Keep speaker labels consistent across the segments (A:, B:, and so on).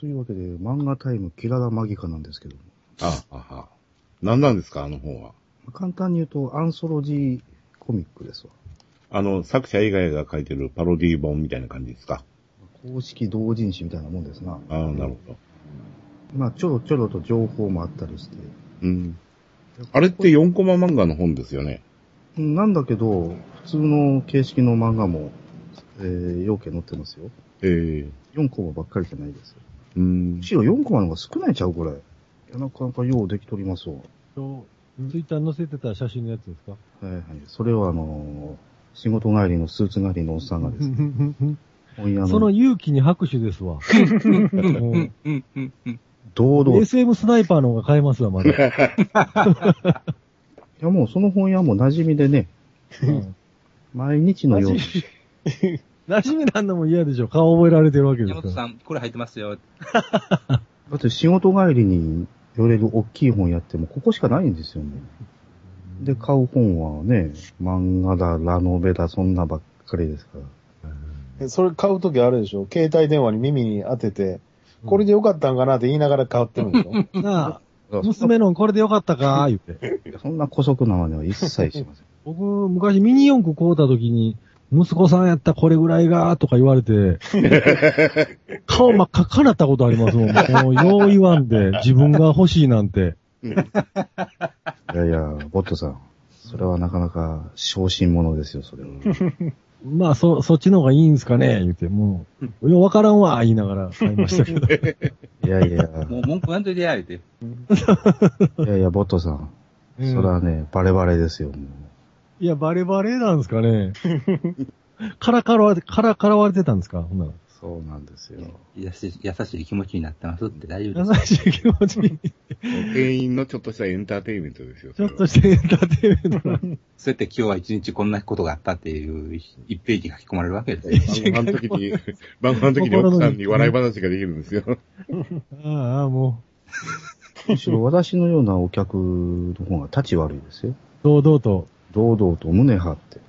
A: というわけで、漫画タイム、キララマギカなんですけども、
B: あ、あは。何なんですか、あの本は。
A: まあ簡単に言うと、アンソロジーコミックですわ。
B: あの、作者以外が書いてるパロディ本みたいな感じですか。
A: 公式同人誌みたいなもんですな。
B: ああ、なるほど。
A: まあ、ちょろちょろと情報もあったりして。
B: うん。あれって4コマ漫画の本ですよね。
A: うんなんだけど、普通の形式の漫画も、えー、要件載ってますよ。
B: ええ
A: 4コマばっかりじゃないですよ。
B: うん
A: む。しろ4コマの方が少ないちゃうこれ。いやなかなかようできとりますわ。
C: と、ツイッター載せてた写真のやつですか
A: はいはい。それはあのー仕事帰りのスーツ帰りのおっさんがですね、今夜
C: その
A: の
C: 勇気に拍手ですわ。もう
D: うん、うん、うん。
A: 堂々。い
C: SM スナイパーの方が買えますわ、まだ。
A: やもうその本屋も馴染みでね、
C: うん
A: 毎日のように。
C: 馴染みなんのも嫌でしょ。顔覚えられてるわけで
D: 山
C: すか
D: 本
C: ら。
D: さん、これ入ってますよ。
A: だって仕事帰りに寄れる大きい本やっても、ここしかないんですよね。で、買う本はね、漫画だ、ラノベだ、そんなばっかりですから。
E: えそれ買うときあれでしょ携帯電話に耳に当てて、これでよかったんかなって言いながら買ってるんでしょ
C: なあ、娘のこれでよかったか言って。
A: そんな古速な真似は一切しま せん。
C: 僕、昔ミニ四駆買うた時に、息子さんやったこれぐらいが、とか言わ れて、顔真っ赤っかなったことありますもん。もう、よう言わんで、自分が欲しいなんて。
A: いやいや、ボットさん。それはなかなか、昇進者ですよ、それは。
C: まあ、そ、そっちの方がいいんすかね言って、もう、ようわからんわ、言いながら買いましたけ ど。
A: いやいや、
D: もう文句なんといてやれて。
A: いやいや、ボットさん。それはね、バレバレですよ、も
C: いや、バレバレなんですかね。からからわれ、からからわれてたんですかほんなら。
A: う。そうなんですよ。
D: 優しい、優しい気持ちになってますって大丈夫です。
C: 優しい気持ちに、
B: 店員のちょっとしたエンターテインメント ですよ。
C: ちょっとしてエンターテインメントな。
D: そうやって今日は一日こんなことがあったっていう一ページが書き込まれるわけですよ。
B: 晩ご飯の時 に、晩ご飯の時に奥さんに笑い話ができるんですよ。
C: ああ、も
A: むしろ私のようなお客の方が立ち悪いですよ。
C: う、堂々と。
A: 堂々と胸張って。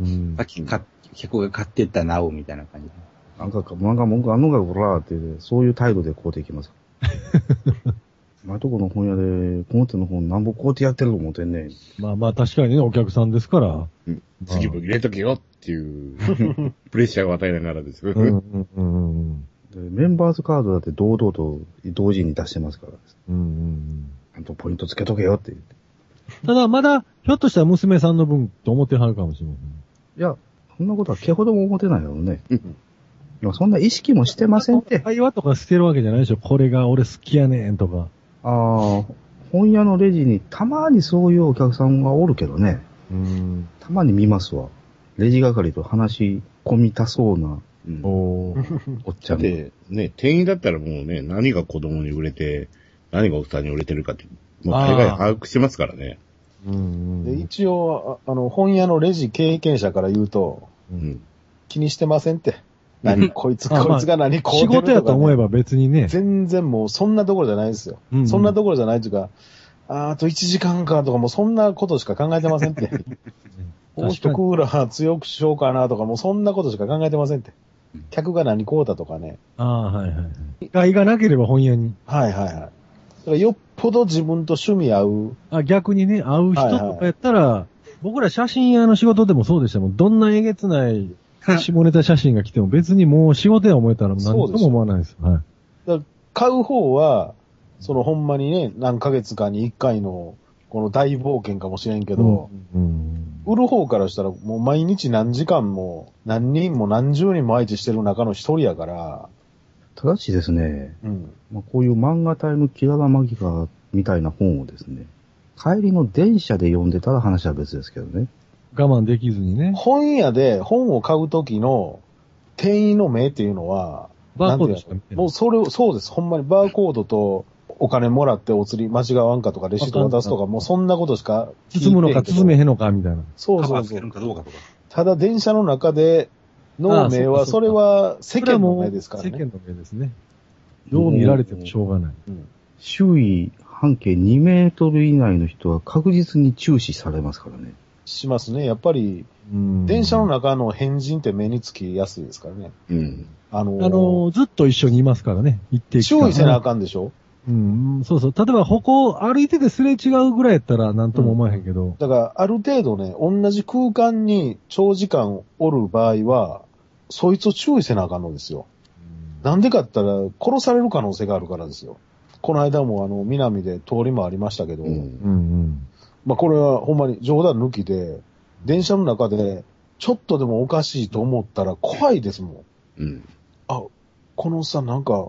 C: うん
D: さっ。きか客が買ってったなおみたいな感じで。
A: なんか、漫画文句あんのか、こらーって、そういう態度で買うていき ます。前とこの本屋で、この手の本なんぼ買うてやってると思ってんねん。
C: まあまあ、確かにね、お客さんですから。
B: 次も入れとけよっていう、 プレッシャーを与えながらですよ。
C: うん、うん、うん、
A: でメンバーズカードだって堂々と同時に出してますから、ち
C: うんうん。
A: ゃんとポイントつけとけよって言って。
C: ただ、まだ、ひょっとしたら娘さんの分と思ってはるかもしれない。
A: いや、そんなことは毛ほども思ってないよね。いやそんな意識もしてませんって。
C: 会話とかしてるわけじゃないでしょ。これが俺好きやねんとか。
A: ああ、本屋のレジにたまにそういうお客さんがおるけどね。
C: うん。
A: たまに見ますわ。レジ係と話し込みたそうな
B: うん
C: おー。
A: おっちゃ
B: だ
A: ん
B: っ
A: が。
B: て、ね、店員だったらもうね、何が子供に売れて、何がおっさんに売れてるかって、もう大概把握してますからね。
C: うん
E: で一応あ、あの、本屋のレジ経験者から言うと、
B: うん。
E: 気にしてませんって。何こいつ、
C: あまあ
E: こいつが何こう
C: 仕事やと思えば別にね。
E: 全然もうそんなところじゃないですよ。
C: うんうん
E: そんなところじゃないというか、あーあと1時間かとかもうそんなことしか考えてませんって。もう
C: 確
E: 一
C: かに
E: クーラー強くしようかなとかもうそんなことしか考えてませんって。客が何こうだとかね。
C: ああ、はいはいはい。害がなければ本屋に。
E: はいはいはい。だからよっぽど自分と趣味合う。
C: あ、逆にね、会う人
E: はいはい
C: とかやったら、僕ら写真屋の仕事でもそうでしたもん。どんなえげつ ない下ネタ写真が来ても別にもう仕事や思えたら何と
E: そうです
C: も
E: よ
C: 思わないです。はい。
E: 買う方は、そのほんまにね、何ヶ月かに1回の、この大冒険かもしれんけど、
C: うん。
E: 売る方からしたらもう毎日何時間も、何人も何十人も相手してる中の一人やから、
A: ただしですね、
E: うん。
A: まあ、こういう漫画タイムキララマギカみたいな本をですね、帰りの電車で読んでたら話は別ですけどね。
C: 我慢できずにね。
E: 本屋で本を買う時の店員の目っていうのは、
C: バーコード
E: なん
C: してか
E: いう
C: 見てな
E: の
C: い
E: もうそれを、そうです。ほんまにバーコードとお金もらってお釣り間違わんかとかレシートを出すとか、もうそんなことしか聞いてへんけ
C: 包
E: ど。
C: むのか包めへんのかみたいな。
E: そう
D: カ
E: そ
D: バ
E: う
D: ーつ
E: そ
D: ける
E: う。
D: のかどうかとか。
E: ただ電車の中での目
C: ああ
E: は、
C: そ
E: そ
C: かそう
E: うれは世
C: それは
E: 間の
C: もう
E: 目ですから
C: 世
E: ね。
C: 間の目ですね。どう見られてもしょうがない。
A: 周囲半径2メートル以内の人は確実に注視されますからね。
E: しますね。やっぱり、
C: うん
E: 電車の中の変人って目につきやすいですからね。
B: うん。
E: あのー
C: あの、ずっと一緒にいますからね、一定期間。
E: 注意せなあかんでしょ
C: うん、そうそう。例えば歩行、歩いててすれ違うぐらいやったら何とも思えへんけど。
E: だから、ある程度ね、同じ空間に長時間おる場合は、そいつを注意せなあかんのですよ。なんでかって言ったら、殺される可能性があるからですよ。この間も、あの、南で通りもありましたけど、
B: うん。
C: うん、うん、
E: まあ、これはほんまに冗談抜きで、電車の中で、ちょっとでもおかしいと思ったら怖いですもん。
B: うん。
E: あ、このおっさんなんか、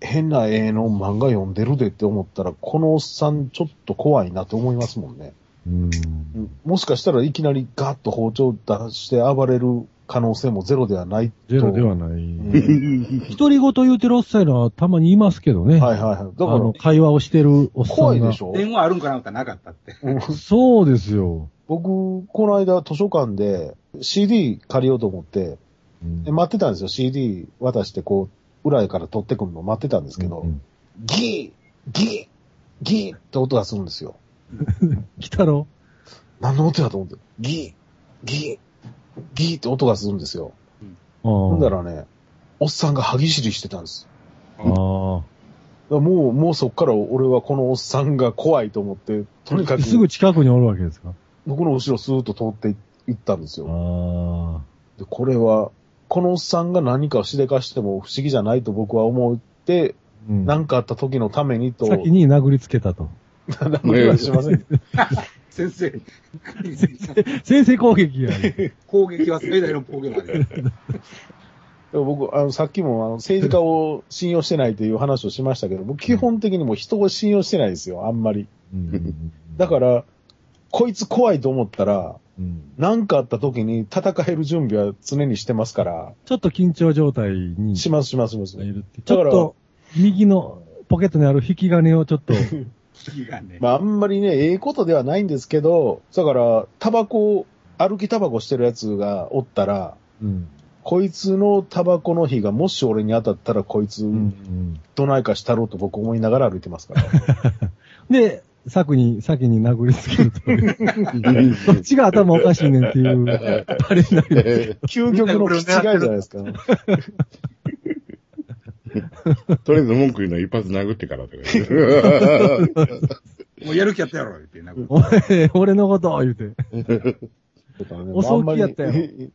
E: 変な絵の漫画読んでるでって思ったら、このおっさんちょっと怖いなって思いますもんね。
C: うん。
E: もしかしたらいきなりガッと包丁出して暴れる可能性もゼロではないと。
C: ゼロではな
E: うん、
C: い。
B: うん。
C: 独り言言うてるおっさんいうのはたまにいますけどね。
E: はいはいはい。だ
C: あの、
E: か
C: 会話をしてるおっ
E: ら、
C: さんが。
E: 怖いでしょ
D: 電話あるんかなんかなかったって。
C: そうですよ。
E: 僕、この間図書館で CD 借りようと思って、
C: うん
E: で待ってたんですよ。CD 渡してこう、裏から取ってくるの待ってたんですけど、
C: うん
E: ギーギーギーって音がするんですよ。
C: 来たろ
E: 何の音だと思って、ギーギーギーって音がするんですよ。
C: ああ。
E: ほんだ
C: ろ
E: らね、おっさんが歯ぎしりしてたんです。
C: あ
E: だからもう、もうそっから俺はこのおっさんが怖いと思って、とにか
C: あ。
E: く、
C: すぐ近くにおるわけですか
E: 僕の後ろスーッと通っていったんです
C: あ
E: よ。
C: あ。
E: で、これは、このおっさんが何かをしでかしても不思議じゃないと僕は思って、
C: うん
E: 何かあった時のためにと、
C: 先に殴りつけたと。
E: 何も言わし ません。
D: 先生。
C: 先制攻撃 や。
D: 攻撃は最大の攻撃まで。
E: でも僕、あの、さっきも、あの、政治 家を信用してないという話をしましたけど、僕基本的にもう人を信用してないですよ、あんまり。だ
C: ら、
E: から、こいつ怖いと思ったら、
C: うん
E: 何かあった時に戦える準備は常にしてますから、
C: ちょっと緊張状態に
E: しますしますします。
C: いるって。ち
E: だ
C: ょ
E: か
C: っ
E: ら
C: と、右のポケットにある引き金をちょっと、
D: 火がね。
E: まあ、あんまりね、ええことではないんですけど、だから、タバコ、歩きタバコしてるやつがおったら、
C: うん。
E: こいつのタバコの火がもし俺に当たったら、こいつ
C: う、ん。
E: どないかしたろうと僕思いながら歩いてますから。
C: で、先に、先に殴りつけるという。どっちが頭おかしいねんっていう、あれになりますけ
E: 究極の気違いじゃないですか。
B: とりあえず文句言うのは一発殴ってからとか言 う。
D: もうやる気やったやろ、言って。なんか
C: ど。お前、俺のことを言うて。
E: だからね
C: お葬儀やったよ
E: あんまり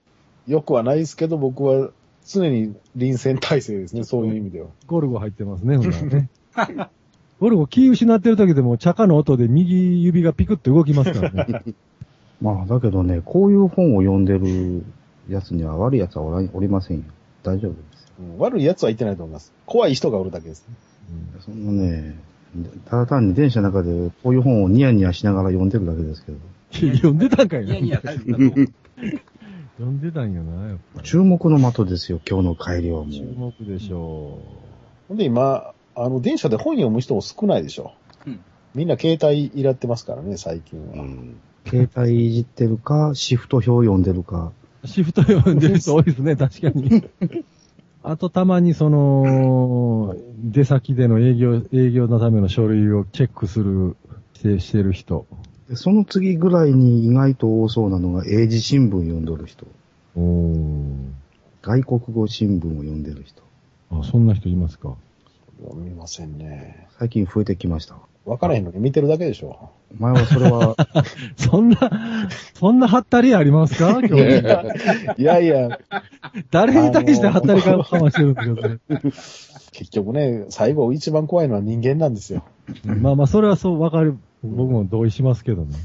E: よくはないですけど、僕は常に臨戦態勢ですね、そういう意味では。
C: ゴルゴ入ってますね、ほんならね。ゴルゴ気失ってる時でも、茶化の音で右指がピクッと動きますからね。
A: まあ、だけどね、こういう本を読んでるやつには悪いやつはおらおりませんよ。大丈夫です。
E: うん悪い奴はいてないと思います。怖い人がおるだけです。
A: そんなね、ただ単に電車の中でこういう本をニヤニヤしながら読んでるだけですけど、
C: 読んでたんかい
D: い
C: な
D: や。いや、大丈夫だと思う
C: 読んでたんやな、やっぱり。
A: 注目の的ですよ、今日の改良も。
C: 注目でしょ
E: ほんで今、あの、電車で本読む人も少ないでしょ。
D: うん
E: みんな携帯いらってますからね、最近
B: う
E: は。
B: ん
A: 携帯いじってるか、シフト表読んでるか。
C: う。シフト読んでる人多いですね、確かに。 あとたまにその、出先での営業、営業のための書類をチェックする、してしてる人。
A: でその次ぐらいに意外と多そうなのが、英字新聞読んどる人。
C: おー。
A: 外国語新聞を読んでる人。
C: あ、そんな人いますか。
E: 見ませんね。
A: 最近増えてきましたわ。
E: わからへんのに見てるだけでしょ。
A: 前はそれ は、
C: そんな、そんなハったりあります か今日。
E: いやいや、
C: 誰に対してハったりかかましてるんですか、
E: 結局ね、最後一番怖いのは人間なんですよ。
C: それ。まあまあ、それはそう、わかる。僕も同意しますけどね。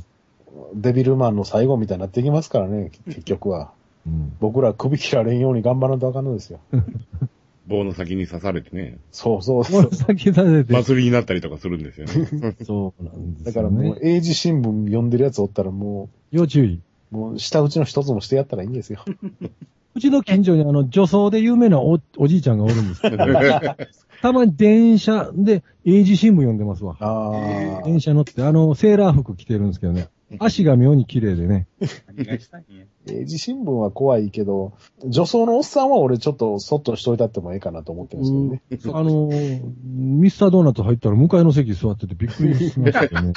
E: デビルマンの最後みたいになってきますからね、結局は。
C: うん。
E: 僕ら首切られんように頑張らんとあかんのですよ。
B: 棒の先に刺されてね、
E: そうそうそ
C: も
E: う
C: う。先立て
B: 祭りになったりとかするんですよ ね。
C: て。そうなんですよ、ね。
E: だからもう、英字新聞読んでるやつおったらも
C: 要注意。
E: う、もう、下打ちの一つもしてやったらいいんです よ。
C: うちの近所にあの、女装で有名なおおじいちゃんがおるんですけど、たまに電車で英字新聞読んでますわ。
E: ああ。
C: 電車乗って、あの、セーラー服着てるんですけどね。足が妙に綺麗でね。
D: 何がしたいんや。
E: 英字新聞は怖いけど、女装のおっさんは俺ちょっとそっとしといたってもええかなと思ってますけどね。
C: うんあのー、ミスタードーナツ入ったら向かいの席座っててびっくりしましたけ どね。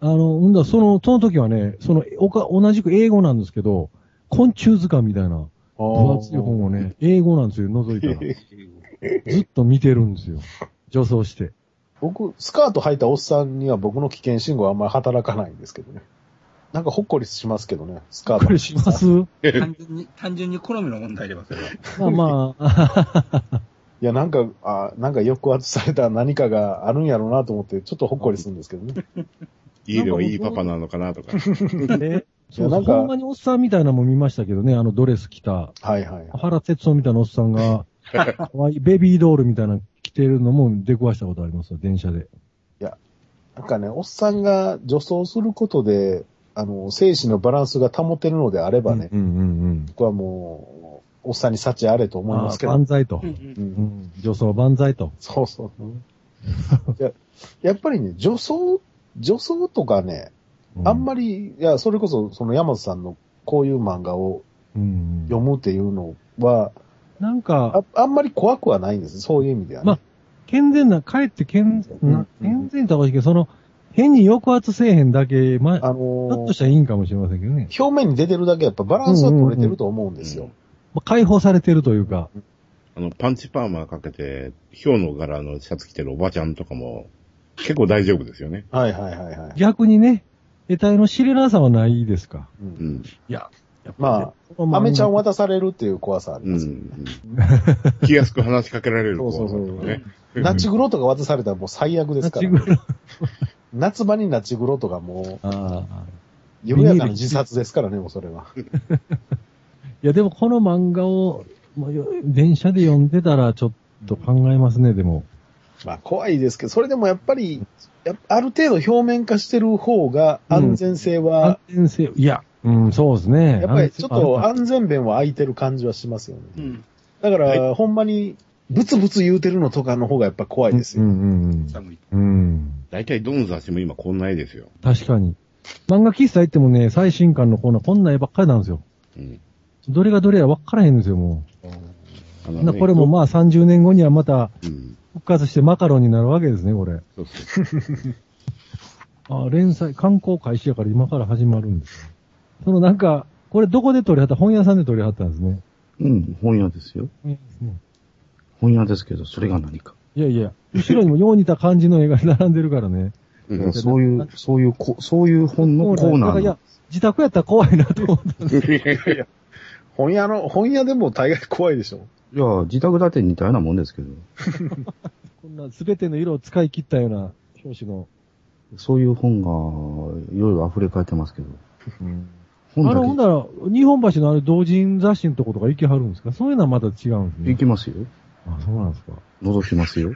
C: あの、うんだ、その、その時はね、その、おか、同じく英語なんですけど、昆虫図鑑みたいな、分厚い本をね、英語なんですよ、覗いたら。ずっと見てるんですよ。女装して。
E: 僕、スカート履いたおっさんには僕の危険信号はあんまり働かないんですけどね。なんかほっこりしますけどね、スカート。
C: これしま。 す
D: 単純に、単純に好みの問題ではそれは。
C: まあまあ、
E: いや、なんか、あなんか抑圧された何かがあるんやろうなと思って、ちょっとほっこりするんですけど ね。
B: 家ではいいパパなのかなとか。
C: ねそう
E: な
C: そ
E: ん
C: う
E: か
C: ほんまにおっさんみたいなのも見ましたけどね、あのドレス着た、
E: はいはい。
C: 原哲夫みたいなおっさん が、可愛いベビードールみたいなの着てるのも出くわしたことありますよ、電車で。
E: なんかね、おっさんが女装することで、あの、精神のバランスが保てるのであればね、
C: うんうんうん。
E: 僕はもう、おっさんに幸あれと思いますけど
C: 万。歳と。
E: うん
C: うん。女装万歳と。
E: そうそう。いややっぱりね、女装、女装とかね、あんま
C: り、
E: り、いや、それこそ、その山田さんのこういう漫画を
C: うんうん
E: 読むっていうのは、
C: なんか、
E: ああんまり怖くはないんです。そういう意味ではね。
C: まあ健全な、かえって健
E: うん
C: 全
E: うん
C: な、健全とは言いけど、その、変に抑圧せえへんだけ、ま、
E: あ
C: あひょ
E: の
C: っとしたらいいんかもしれませんけどね。
E: 表面に出てるだけやっぱバランスは取れてると思うんですよ。
C: まあ解放されてるというか、
B: あの、パンチパーマかけて、ヒョウの柄のシャツ着てるおばちゃんとかも、結構大丈夫ですよね。
E: はいはいはいはい。
C: 逆にね、得体の知れなさはないですか。
E: う
B: うんん。
E: まあ、アメちゃん渡されるっていう怖さあり
B: う
E: ま す。
B: ん。気安く話しかけられる
E: そうそうそう
B: 子とかね。
E: ナチグロとか渡されたらもう最悪で
C: ナ
E: すか
C: チ
E: ら。
C: グロ。
E: 夏場にナチグロとかもう、
C: ああ。
E: 緩やかな自殺ですからね、もうそれは。
C: いや、でもこの漫画を、まあ、よ電車で読んでたらちょっと考えますね、でも。
E: まあ怖いですけど、それでもやっぱり、やっぱある程度表面化してる方が安全性
C: 安
E: は、
C: 全性、いや、うん、そうですね。
E: やっぱりちょっと
C: 安
E: 安全弁は空いてる感じはしますよね。
D: うん。
E: だから、
B: は
E: ほんまに、ブツブツ言うてるのとかの方がやっぱ怖い
C: 全
E: ですよ。
C: うんうん
D: 寒い。
C: うん。うん。
B: 大体どの雑誌も今こんな絵ですよ。
C: 確かに。漫画喫茶行ってもね、最新刊のコーナーこんな絵ばっかりなんですよ。
B: うん。
C: どれがどれや分からへんんですよ、も
B: あ
C: う。
B: の
C: な
B: ね
C: これもまあ30年後にはまた
B: うん。
C: 復活してマカロンになるわけですね、これ。
B: そうそう。
C: あ、連載、観光開始やから今から始まるんですよ。そのなんか、これどこで撮りはった本屋さんで撮りはったんですね。
A: うん、本屋ですよ。
C: 本屋ですね。
A: 本屋ですけど、それが何か。
C: いやいや、後ろにもよう似た感じの絵が並んでるからね。
A: だ
B: うん
A: からそういう、そういうこ、そういう本のコーナ
C: い
A: ー
C: や
A: の、、
C: 自宅やったら怖いなと思ったんです
E: 本屋の、本屋でも大概怖いでしょ。
A: いや、自宅建てみたいなもんですけど、
C: こんな全ての色を使い切ったような表紙の。
A: そういう本が、いろいろ溢れ返ってますけど、本
C: あの、ほん
A: だ
C: なら、日本橋のあれ同人雑誌のとことか行きはるんですかそういうのはまた違うん
A: け、
C: で
A: 行
C: すね。
A: きますよ。
C: あ、そうなんですか。
A: 覗きますよ。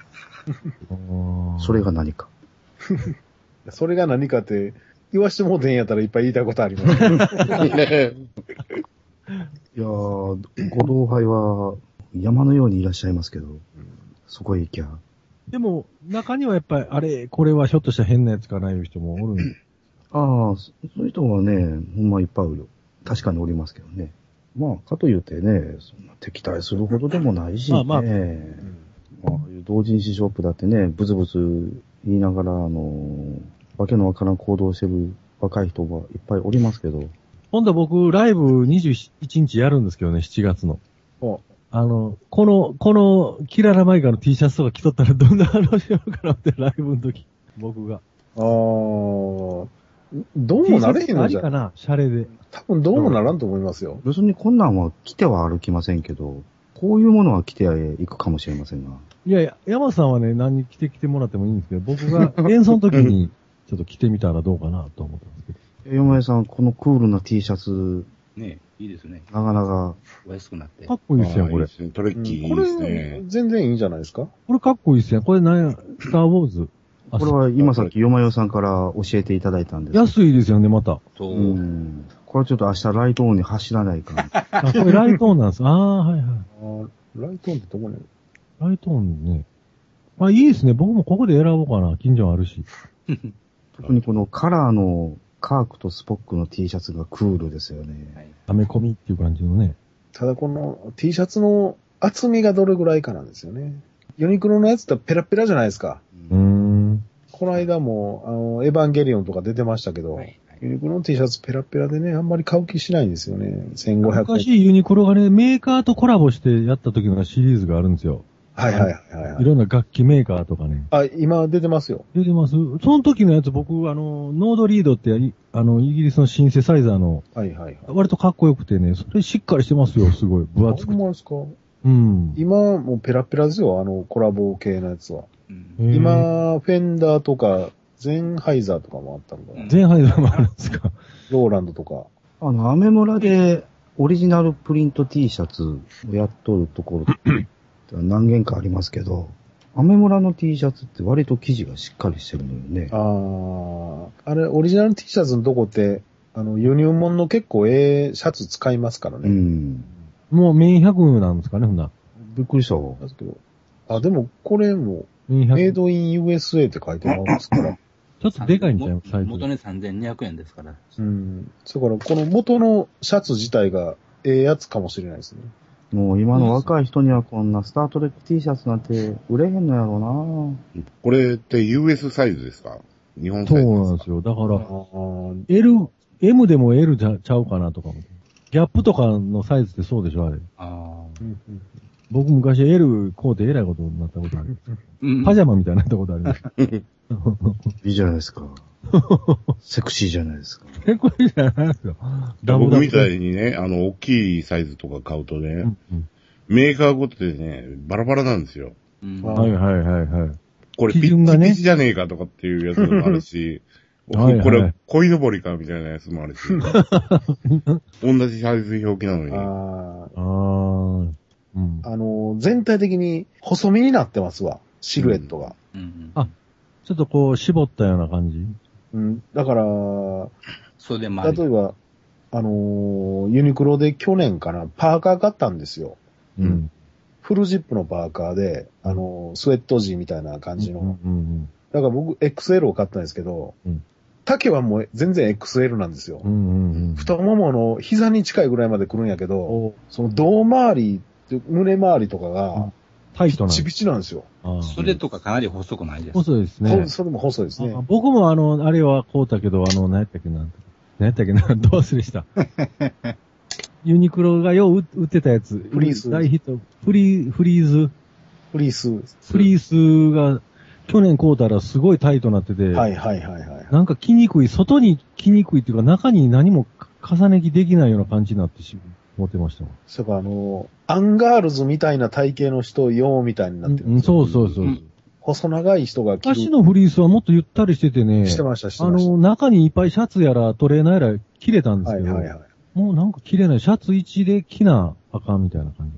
A: それが何か。
E: それが何かって、言わしてもうてんやったらいっぱい言いたいことあります。
A: いやー、ご同輩は、山のようにいらっしゃいますけど、そこへ行きゃ、
C: でも、中にはやっぱり、あれ、これはひょっとしたら変なやつかないいう人もおるんで
A: ああ、そそういう人はね、ほんまいっぱいおるよ。確かにおりますけどね。まあ、かと言ってね、そんな敵対するほどでもないし、
C: ま
A: ね。
C: あまあ
A: まあああいう同人誌ショップだってね、ブツブツ言いながら、あの、わけのわからん行動をしてる若い人がいっぱいおりますけど、
C: 今度僕、ライブ21日やるんですけどね、7月の
E: お。
C: あの、この、この、キララマイカの T シャツとか着とったらどんな話しようかなって、ライブの時、僕が。
E: あーどうもなれへんの
C: T シャツあり
E: じ
C: か
E: ゃ、
C: な、シャレで。
E: 多分どうもならんと思いますよ。
A: 別にこんなんは来ては歩きませんけど、こういうものは来ていくかもしれませんが。
C: いやいや、山田さんはね、何着てきてもらってもいいんですけど、僕が演奏の時に、ちょっと着てみたらどうかなと思ったんですけど。
A: 山江さん、このクールな T シャツ、
D: ねいいですね。
A: なかなか、
D: お安くなって
C: か。っこいいっすやん、こ
B: あーい
C: れ
B: いで。すねトレッキーい
E: こ
B: いです
E: れ
B: ね、。
E: 全然いいんじゃないですか
C: これかっこいいっすやん。これなんや、スターウォーズ。あ
A: これは今さっき山江さんから教えていただいたんですけど
C: 安いですよね、また。
D: そうう。
A: ん。これはちょっと明日ライトオンに走らないから。
C: あ、これライトオンなんです。ああ、はいはい。
E: あーライトオンってどこに
C: ライトオンね。まあいいですね。僕もここで選ぼうかな。近所あるし。
A: 特にこのカラーのカークとスポックの T シャツがクールですよね。
C: アメコミっていう感じのね。
E: ただこの T シャツの厚みがどれぐらいかなんですよね。ユニクロのやつってペラペラじゃないですか。
C: うーん。
E: この間も、あの、エヴァンゲリオンとか出てましたけど、
D: はいはい
E: ユニクロの T シャツペラペラでね、あんまり買う気しないんですよね。1500円。
C: 昔ユニクロがね、メーカーとコラボしてやった時のシリーズがあるんですよ。
E: はいはいはいはいい。
C: ろんな楽器メーカーとかね。
E: あ、今出てますよ。
C: 出てますその時のやつ僕、あの、ノードリードってい、あの、イギリスのシンセサイザーの、
E: はいはいはい。
C: 割とかっこよくてね、それしっかりしてますよ、すごい。分厚
E: ほ
C: く
E: ん
C: て。
E: まですか
C: うん。
E: 今、もうペラペラですよ、あの、コラボ系のやつは。
D: うん
C: へー、
E: 今、フェンダーとか、ゼンハイザーとかもあったのかな。
C: 前半でもあるんですか。
E: ローランドとか。
A: あの、アメ村でオリジナルプリント T シャツをやっとるところって何軒かありますけど、アメ村の T シャツって割と生地がしっかりしてるのよね
E: あ。ー、あれ、オリジナル T シャツのとこって、あの、輸入物の結構ええシャツ使いますから
A: う
E: ね。
A: ん。
C: もうメイン100なんですかね、ほんなら。
A: びっくりしたわ。
E: ですけど。あ、でも、これも、
C: メイン
E: メイ
C: 100。ち
E: ドイン USA って書いてありますから。
C: ょっとでかいんちゃいます、サイズ
D: 元。ね3200円ですから。
E: うん。だから、この元のシャツ自体がええやつかもしれないですね。
A: もう今の若い人にはこんなスタートレック T シャツなんて売れへんのやろ
B: これって US サイズですか日本サ
C: そ
B: イズ
C: うなん
B: で
C: ですすよ。だか
E: あ
C: ら、
E: ー
C: L、M でも L じゃちゃうかなとかも。ギャップとかのサイズってそうでしょ、あれ。
D: あ
E: うんうん
C: 僕昔 L 買うてえらいことになったことある。
D: あ。
C: パジャマみたいになったことあります。
A: な。いいじゃないです か。セクシーじゃないですか。
C: え、これじゃないですよ。
B: か僕みた
C: い。
B: いにね、あの、大きいサイズとか買うとね、
C: うんうん
B: メーカーごとでね、バラバラなんですよ。
D: うん
E: あ
C: はいはいはいはい。
B: これピ
C: 基
B: ッ
C: 準
B: チ
C: がね
B: ピチじゃねえかとかっていうやつもあるし、
C: はいはい
B: これ、鯉のぼりかみたいなやつもあ るし、同じサイズ表記なのに。
E: あー
C: あー。うん。
E: あのー、全体的に細身になってますわ。シルエットが。
D: うん
C: あちょっとこう、絞ったような感じ。
E: うん。だから、
D: それでまあ、
E: 例えば、あのーユニクロで去年かな、パーカー買ったんですよ。
B: うん
C: うん。
E: フルジップのパーカーで、あのースウェット地みたいな感じの。
C: うんうん
E: だから僕 XL を買ったんですけど、
C: うん
E: 丈はもう全然 XL なんですよ
C: うん。う。んうんうん。
E: 太ももの膝に近いぐらいまで来るんやけど、
C: お
E: その胴回り、胸回りとかが、
C: タイトな。
E: ちびちなんですよ。
C: あー
D: 袖とかかなり細くないですか。
C: 細いですね。
E: ほんそれも細いですね
C: あ。僕もあの、あれはこうだけど、あの、何やったっけな。何やったっけな。 どう忘れ した。ユニクロがよう売売ってたやつ。
E: フリース
C: 大ヒット。フリー、フリーズ。
E: フリース。
C: フリースが、去年買うたらすごいタイトになってて。
E: はいはいはいはい。
C: なんか着にくい、外に着にくいっていうか、中に何も重ね着できないような感じになってし思ってましたもん。
E: そうか、あのー、アンガールズみたいな体型の人用みたいになってるん
C: うん
E: ですよ。
C: そうそうそう。
D: うん
E: 細長い人が着る。
C: 私のフリースはもっとゆったりしててね、
E: してました、して
C: あ
E: ました。
C: の、中にいっぱいシャツやらトレーナーやら切れたんです
E: は
C: け
E: い
C: ど、
E: はいはい。
C: もうなんか切れない。シャツ1で着なあかんみたいな感じ。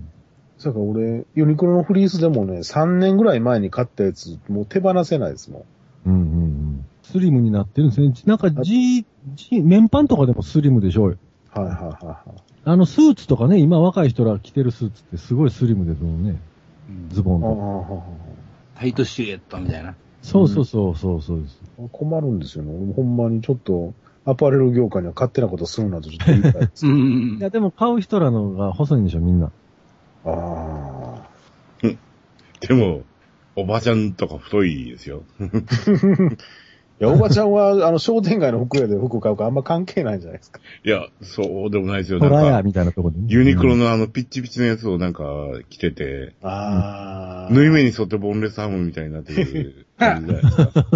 E: そうか、俺、ユニクロのフリースでもね、3年ぐらい前に買ったやつ、もう手放せないですも
C: う
E: ん。
C: んうんうん。スリムになってるんですね。なんか G、G、面パンとかでもスリムでしょうよ。
E: はいはいはいはい。
C: あのスーツとかね、今若い人ら着てるスーツってすごいスリムですもんね。
D: うん
C: ズボン
E: あ
C: とか。
E: あ
D: タイトシルエットみたいな。
C: そうそうそうそうそうです。
E: 困るんですよね。俺もほんまにちょっと、アパレル業界には勝手なことするなとちょっと言いたいで す。
D: ん
C: いや、でも買う人らのが細いんでしょ、みんな。
E: ああ。
B: でも、おばちゃんとか太いですよ。
E: いや、おばちゃんは、あの、商店街の服屋で服買うからあんま関係ないんじゃないですか。
B: いや、そうでもないですよ。な
C: ト
B: ん
C: ラヤ
B: か、
C: みたいなとこで、ね。
B: ユニクロ
C: の。
B: のあのピッチピチのやつをなんか着てて、
E: あ
B: 縫い目に沿ってボンレスハムみたいになってる感じじゃないですか。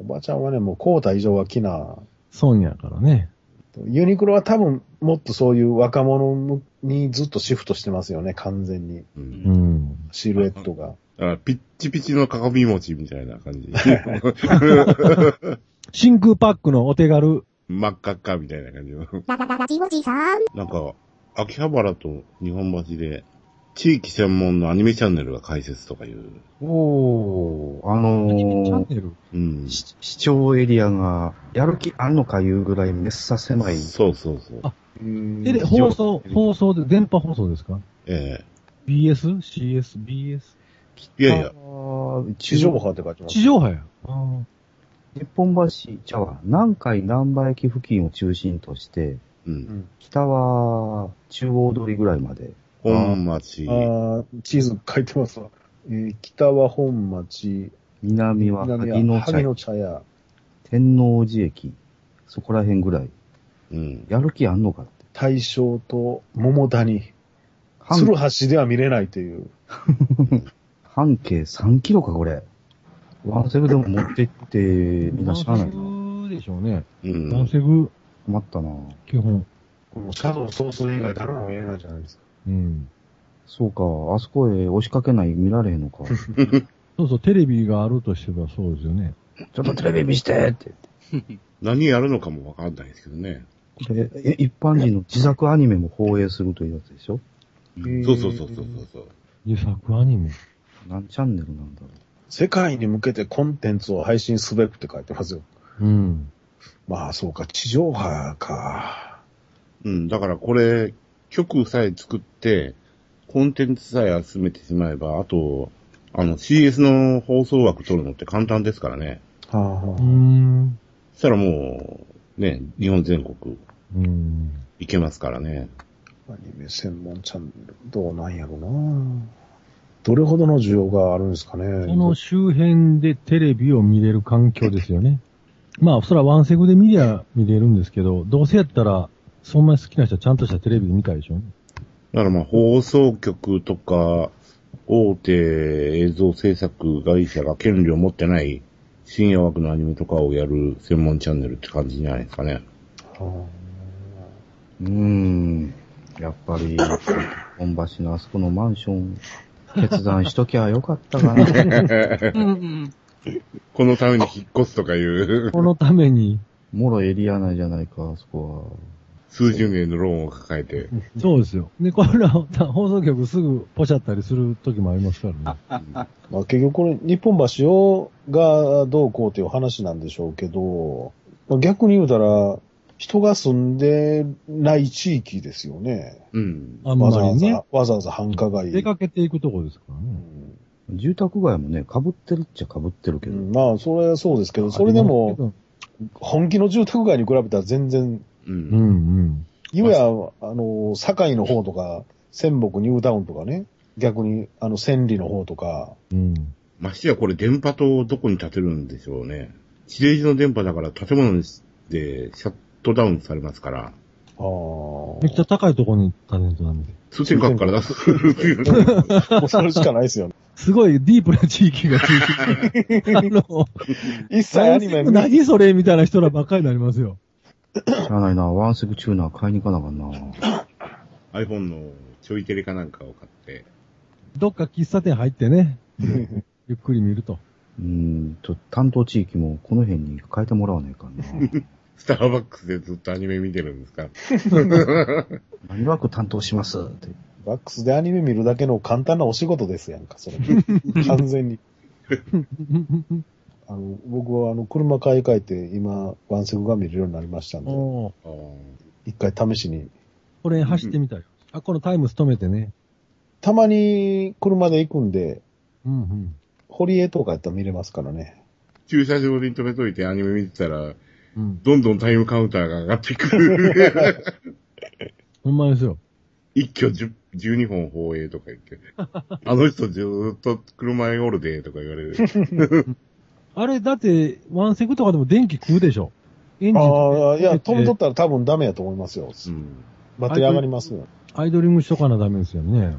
E: おばちゃんはね、もう、コータ以上は着な。
C: 損やからね。
E: ユニクロは多分、もっとそういう若者にずっとシフトしてますよね、完全に。
B: うん
C: うん。
E: シルエットが。
B: だからピッチピチの鏡餅みたいな感じ。
C: 真空パックのお手軽。
B: 真っ赤っかみたいな感じの。
F: ララララジオジさん。
B: なんか、秋葉原と日本橋で、地域専門のアニメチャンネルが開設とかいう。
A: おー、あ
C: チャ
A: の
C: ンネル。
B: うん。
A: ー、し視聴エリアがやる気あるのかいうぐらいめっさ狭い。
B: そうそうそう。
C: あ
E: え
C: え、で放送、放送で、電波放送ですか
B: え
C: ?BS?CS?
B: え
C: BS?
B: いやいや、
A: あー
E: 地上波って書いてます。
C: 地上波や。あ
A: 日本橋、ちゃうわ、南海南波駅付近を中心として、
B: う。
E: うんん。
A: 北は中央通りぐらいまで。
B: 本町、
E: あー地図書いてますわ。えー北は本町、
A: 南は
E: 南
A: 萩野
E: は萩
A: 茶屋
E: の茶屋。
A: 天王寺駅、そこら辺ぐらい。
B: うん。
A: やる気あんのかって。
E: 大正と桃谷。
A: 半
E: 鶴橋では見れないという。
A: 半径3キロか、これ。ワンセグでも持ってって、みんな知らないな。
C: い。でしょうね。
B: う
C: 男
B: ん。
C: 性グ、
A: 困ったな
C: 基本。
E: もうシャドウソース以外誰も見れないじゃないですか。
C: うん。
A: そうか、あそこへ押しかけない見られへんの か。
C: そうそう、テレビがあるとしてばそうですよね。
A: ちょっとテレビ見してって
B: 何やるのかもわかんないですけどね。
A: 言って。え、一般人の自作アニメも放映するというやつでしょ
E: うん
B: そうそうそうそうそうそう。
C: 自作アニメ。
A: 何チャンネルなんだろ
E: 世界に向けてコンテンツを配信すべくって書いてますよ。
C: うん。
E: まあそうか、地上波か。
B: うん。だからこれ、曲さえ作って、コンテンツさえ集めてしまえば、あと、あの CS の放送枠取るのって簡単ですからね。
E: はあは
C: うーん。
B: そしたらもう、ね、日本全国
C: うん。
B: 行けますからね。
E: あアニメ専門チャンネル、どうなんやろな。どれほどの需要があるんですかね。
C: その周辺でテレビを見れる環境ですよね。まあ、そらワンセグで見りゃ見れるんですけど、どうせやったら、そんなに好きな人はちゃんとしたテレビで見たいでしょうね。
B: だからまあ放送局とか、大手映像制作会社が権利を持ってない深夜枠のアニメとかをやる専門チャンネルって感じじゃないですかね。
E: は
A: う。うーん。やっぱり、本橋のあそこのマンション、決断しときゃよかったか な。
B: このために引っ越すとかいう、
C: このために、
A: もろエリア内じゃないか、あそこ
B: 数十年のローンを抱えて。
C: そうですよ。で、これら放送局すぐポシャったりする時もありますからね。
E: あまあ結局これ、日本橋をがどうこうという話なんでしょうけど、まあ、逆に言うたら、人が住んでない地域ですよね。
B: うん。
C: あん
E: わ
C: ま
E: ざわ
C: り
E: ざ、
C: ね。
E: わざわざ繁華街。
C: 出かけていくとこですから
E: う
C: ね。
E: ん
A: は。住宅街もね、被ってるっちゃ被ってるけ
E: う
A: ど。
E: んまあ、それはそうですけど、それでも、本気の住宅街に比べたら全然、
B: う。
C: うんん
E: ゆや、あの、堺の方とか、仙北ニュータウンとかね、逆に、あの、千里の方とか、
C: うん。うん。
B: ましてやこれ電波塔をどこに建てるんでしょうね。地デジの電波だから建物でシャットダウンされますから、
E: ああ。も
C: めっちゃ高いところにタレントなんで。
B: 通天閣から出す。
E: うそれしかないですよね。
C: すごいディープな地域がついて る。あの、
E: 一切アニメ見
C: 何それみたいな人らばっかりになりますよ。
A: 知らないな、ワンセグチューナー買いに行かなあかんな。
B: iPhone のちょいテレかなんかを買って。
C: どっか喫茶店入って ね、ゆっくり見 ると。
A: うん、ちょっと担当地域もこの辺に変えてもらわないか な。
B: スターバックスでずっとアニメ見てるんですか
A: 何枠担当しますって。
E: バックスでアニメ見るだけの簡単なお仕事ですやんか、それ。完全に。あの、僕はあの、車買い替えて、今、ワンセグが見れるようになりましたんで、
C: おー
B: あー
E: 一回試しに。
C: これ走ってみたい。あ、このタイム勤めてね。
E: たまに、車で行くんで、
C: うんうん。
E: 堀江とかやったら見れますからね。
B: 駐車場に止めといてアニメ見てたら、
C: うん。
B: どんどんタイムカウンターが上がってくる。
C: ほんまですよ。
B: 一挙10 12本放映とか言っ て。あの人ずーっと車におるで、とか言われる。
C: あれ、だって、ワンセグとかでも電気食うでしょ。エンジン、
E: ああ、いや、止めとったら多分ダメやと思います よ。
B: うん。
E: バッテリー上がりますよ。
C: アイドリングしとかなダメですよね。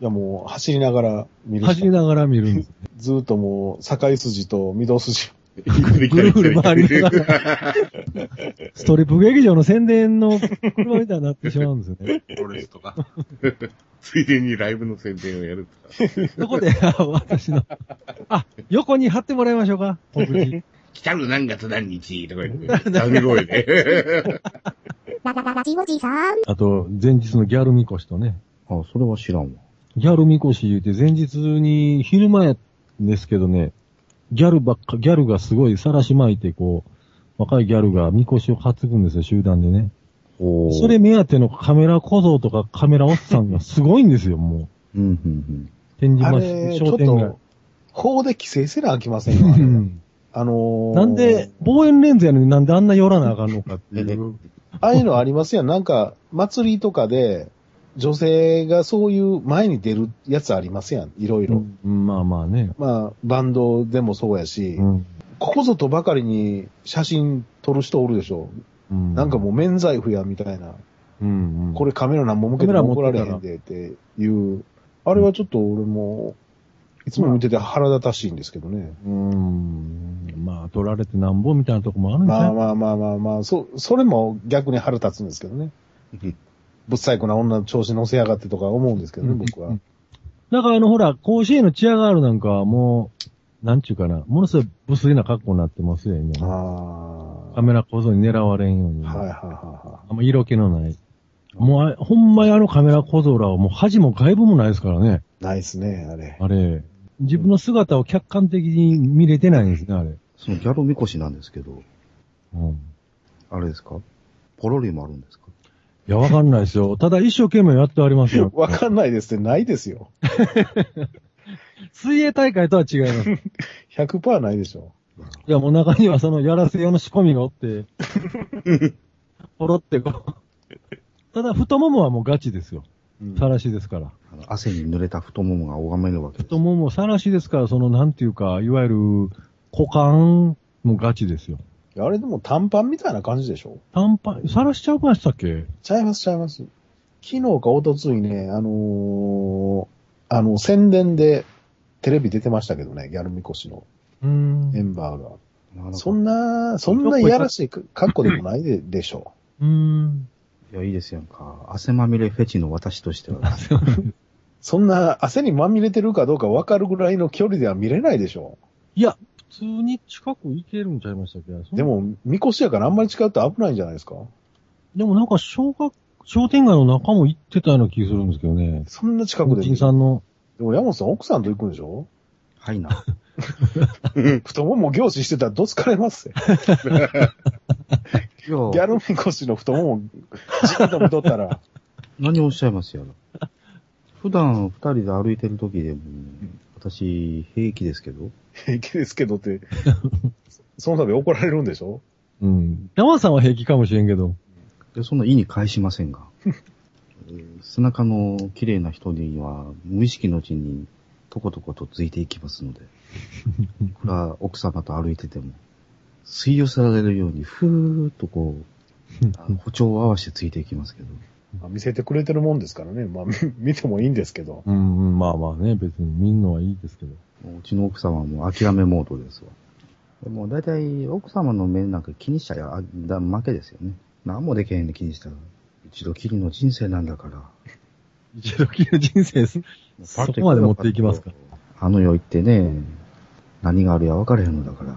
E: いや、もう、走りながら見るし
C: 走りながら見るんです。
E: ずーっともう、境筋と御堂筋。
B: ぐ
C: ぐるぐる回りなが
B: る。
C: ら。ストリップ劇場の宣伝の車みたいになってしまうんですよ ね。
D: プロレスとか。
B: ついでにライブの宣伝をやるとか。
C: そこで、あ私の、あ、横に貼ってもらいましょうか。告知。
B: 来たる何月何日とか 言って。ダミ声で。
F: ララララジオじさん。
C: あと、前日のギャルみこしとね。
A: あ、それは知らんわ。
C: ギャルみこし言うて、前日に昼前ですけどね、ギャルばっか、ギャルがすごい晒し巻いて、こう、若いギャルがみこしを担ぐんですよ、集団でね。
A: お
C: それ、目当てのカメラ小僧とかカメラおっさんがすごいんですよ、も
A: うん、うん、
C: う。展示
E: あ
C: 場
E: れ、ち
C: 商
E: ょっ
C: 店街
E: と。、法で規制せなあきません
C: う
E: よあれ
C: ん
E: あのー、
C: なんで、望遠レンズやのになんであんな寄らなあかんのかっていう。
E: ああいうのありますやん。なんか、祭りとかで、女性がそういう前に出るやつありますやん。いろいろ。
C: うんまあまあね。
E: まあ、バンドでもそうやし、
C: うん
E: ここぞとばかりに写真撮る人おるでしょ。
C: うん
E: なんかもう免罪符やみたいな。
C: うんうん、
E: これカメラ何も向けて
C: カメラ
E: も
C: 持ってた
E: 怒ら
C: ら
E: れへんでっていう。あれはちょっと俺も、いつも見てて腹立たしいんですけどね。
C: うん。まあ、取られてなんぼみたいなとこもあるんじゃ
E: ま
C: な
E: あ
C: い
E: まあまあまあまあ、そ、それも逆に腹立つんですけどね。ぶっさいこな女の調子乗せやがってとか思うんですけどね、僕は。
C: だからあの、ほら、甲子園のチアガールなんかはもう、なんちゅうかな、ものすごい無粋な格好になってますよ、
E: あ
C: 今。
E: あ。
C: カメラ構造に狙われんように。
E: はいはいは
C: あんま色気のない。もうあ、ほんまにあのカメラ小僧らはもう恥も外部もないですからね。
E: い。ないっすね、あれ。。
C: あれ。自分の姿を客観的に見れてないんですね、あれ。
A: そのギャロみこしなんですけど、
C: うん。
A: あれですかポロリもあるんですか
C: いや、わかんないですよ。ただ一生懸命やってありますよ
E: わかんないですって、ないですよ。
C: 水泳大会とは違い ます。い
E: 100%ないでしょ。
C: や、もう中にはそのやらせ用の仕込みがおって、ポロってこう。ただ、太ももはもうガチですよ。
E: うん
C: さらしですから。
A: あの汗に濡れた太ももが拝めるわけです
C: 太。ももさらしですから、その、なんていうか、いわゆる、股間もガチですよ。
E: あれでも短パンみたいな感じでしょ
C: 短パン、さらしちゃいましたっけ
E: ちゃいますちゃいます。昨日か一昨日ね、あのーあの、宣伝でテレビ出てましたけどね、ギャルみこしの
C: うん
E: メンバーが。
A: なかなか
E: そんな、そんないやらしいか格好でもないででしょ
C: うん。
A: いや、いいですやんか。汗まみれフェチの私としては。
E: う。そんな汗にまみれてるかどうかわかるぐらいの距離では見れないでしょ
C: いや、普通に近く行けるんちゃいましたっけ
E: う。で、も、みこしやからあんまり近寄って危ないんじゃないですか
C: でもなんか小学、商店街の中も行ってたような気するんですけどね。
E: そんな近く
C: お
E: で
C: じ
E: 見
C: い
E: る。
C: さんの、
E: でも山本さん奥さんと行くんでしょ
A: はい な。
E: 太もも凝視してたらどつかれますよ。
A: いや
E: ギャルみこしの太もも、じっと見とったら。
A: 何をおっしゃいますやら。普段二人で歩いてる時でも、私、平気ですけど。
E: 平気ですけどって、その度怒られるんでしょ
C: うん。山さんは平気かもしれんけど。
A: で、そんな意に介しませんが。えー背中の綺麗な人には、無意識のうちに、とことことついていきますので。これは奥様と歩いてても、吸い寄せられるように、ふーっとこう、あの歩調を合わせてついていきますけど。
E: まあ見せてくれてるもんですからね。まあ、み見てもいいんですけど。
C: うん、うん、まあまあね、別に見んのはいいですけど。
A: もううちの奥様はもう諦めモードですわ。でも大体奥様の目なんか気にしちゃやあだ負けですよね。何もできへんの気にしたら。一度きりの人生なんだから。
C: 一度きりの人生です。そこまで持っていきますか。
A: あの世行ってね、何があるや分かれへんのだから。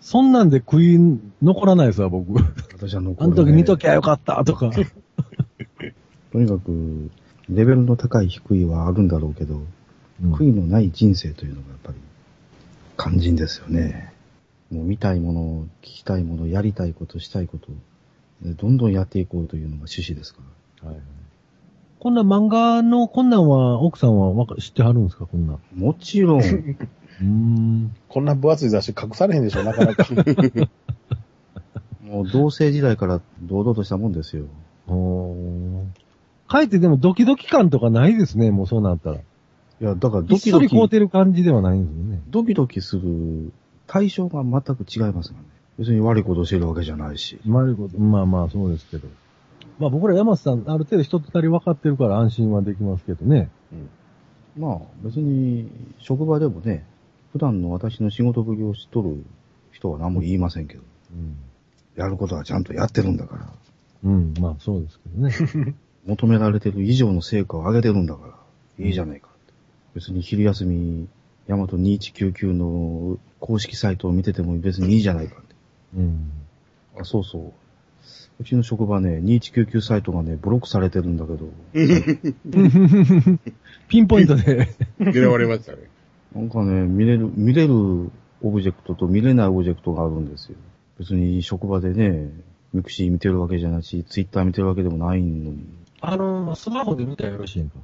C: そんなんで食い残らないですわ、僕。
A: 私は残
C: あの時見ときゃよかったと か。
A: とにかく、レベルの高い低いはあるんだろうけど、悔いのない人生というのがやっぱり肝心ですよね。もう見たいもの、聞きたいもの、やりたいこと、したいこと、えどんどんやっていこうというのが趣旨ですから。
C: はいこんな漫画の、こんなんは、奥さんはわか知ってはるんですか、こんなん。う
A: もち ろん、
C: ーん。
E: こんな分厚い雑誌隠されへんでしょ、なかなか。
A: もう同性時代から堂々としたもんですよ。
C: おー書いてでもドキドキ感とかないですね、もうそうなったら。
A: いや、だから
C: ひ
A: ド
C: っ
A: キ
C: そ
A: ド
C: り凍っ
A: キ、
C: てる感じではないんですよね。
A: ドキドキする対象が全く違いますからね。別に悪いことしてるわけじゃないし。
C: まあまあまあ、そうですけど。まあ僕ら山瀬さん、ある程度人となり分かってるから安心はできますけどね。
A: まあ、別に、職場でもね、普段の私の仕事ぶりをしとる人は何も言いませんけど、やることはちゃんとやってるんだから、
C: うん。うん、まあそうですけど ね。
A: 求められてる以上の成果を上げてるんだから、いいじゃないかって。別に昼休み、ヤマト2199の公式サイトを見てても別にいいじゃないかって。
C: うん。
A: あ、そうそう。うちの職場ね、2199サイトがね、ブロックされてるんだけど、
C: ピンポイントで。
B: 嫌われました ね。
A: なんかね、見れる、見れるオブジェクトと見れないオブジェクトがあるんですよ。別に職場でね、ミクシー見てるわけじゃないし、ツイッター見てるわけでもないのに。
C: あの、スマホで見たらよろしいんか。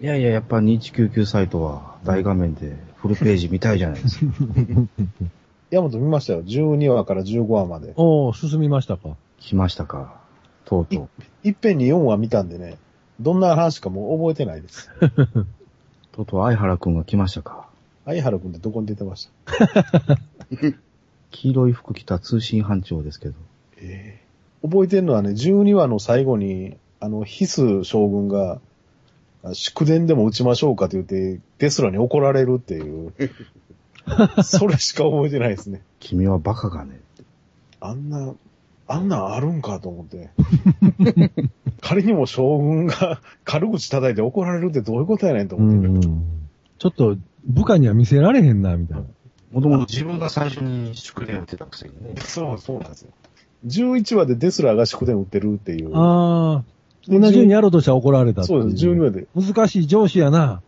A: いやいや、やっぱ2199サイトは大画面でフルページ見たいじゃない ですか。
E: ヤマト見ましたよ。12話から15話まで。
C: おー、進みましたか。
A: 来ましたか。とうとう。
E: いっぺんに4話見たんでね、どんな話かもう覚えてないです。
A: とうとう相原くんが来ましたか。
E: 相原くんってどこに出てました
A: 黄色い服着た通信班長ですけど。
E: ええ覚えてるのはね、12話の最後に、あの、ヒス将軍が、あ祝電でも打ちましょうかと言って、デスラに怒られるっていう。それしか覚えてないですね。
A: 君はバカがね。
E: あんな、あんなんあるんかと思って。 仮にも将軍が 軽口叩いて怒られるってどういうことやねんと
C: う
E: 思って。
C: んうん。ちょっと、部下には見せられへんな、みたいな。
A: もともと自分が最初に宿題をやってたくせにね。
E: そう、そうなんですよ。11話でデスラーが祝電打ってるっていう。
C: ああ、同じようにやろうとしたら怒られたってい
E: そうです、12話で。
C: 難しい上司やな。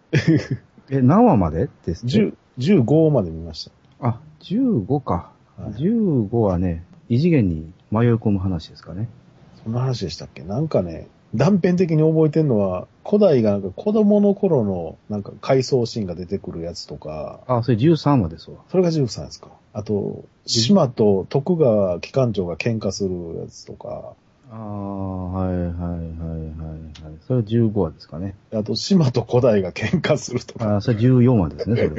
A: え、何話までって
E: 10 15まで見ました。
A: あ、15か。
E: はい
A: 15はね、異次元に迷い込む話ですかね。
E: そんな話でしたっけなんかね、断片的に覚えてるのは、古代がなんか子供の頃のなんか回想シーンが出てくるやつとか、
A: あ、それ13話ですわ。
E: それが13ですか。あと、島と徳川機関長が喧嘩するやつとか、
A: ああ、はいはいはいはいはい。それは15話ですかね。
E: あと島と古代が喧嘩するとか、
A: あそれ14話ですね、そ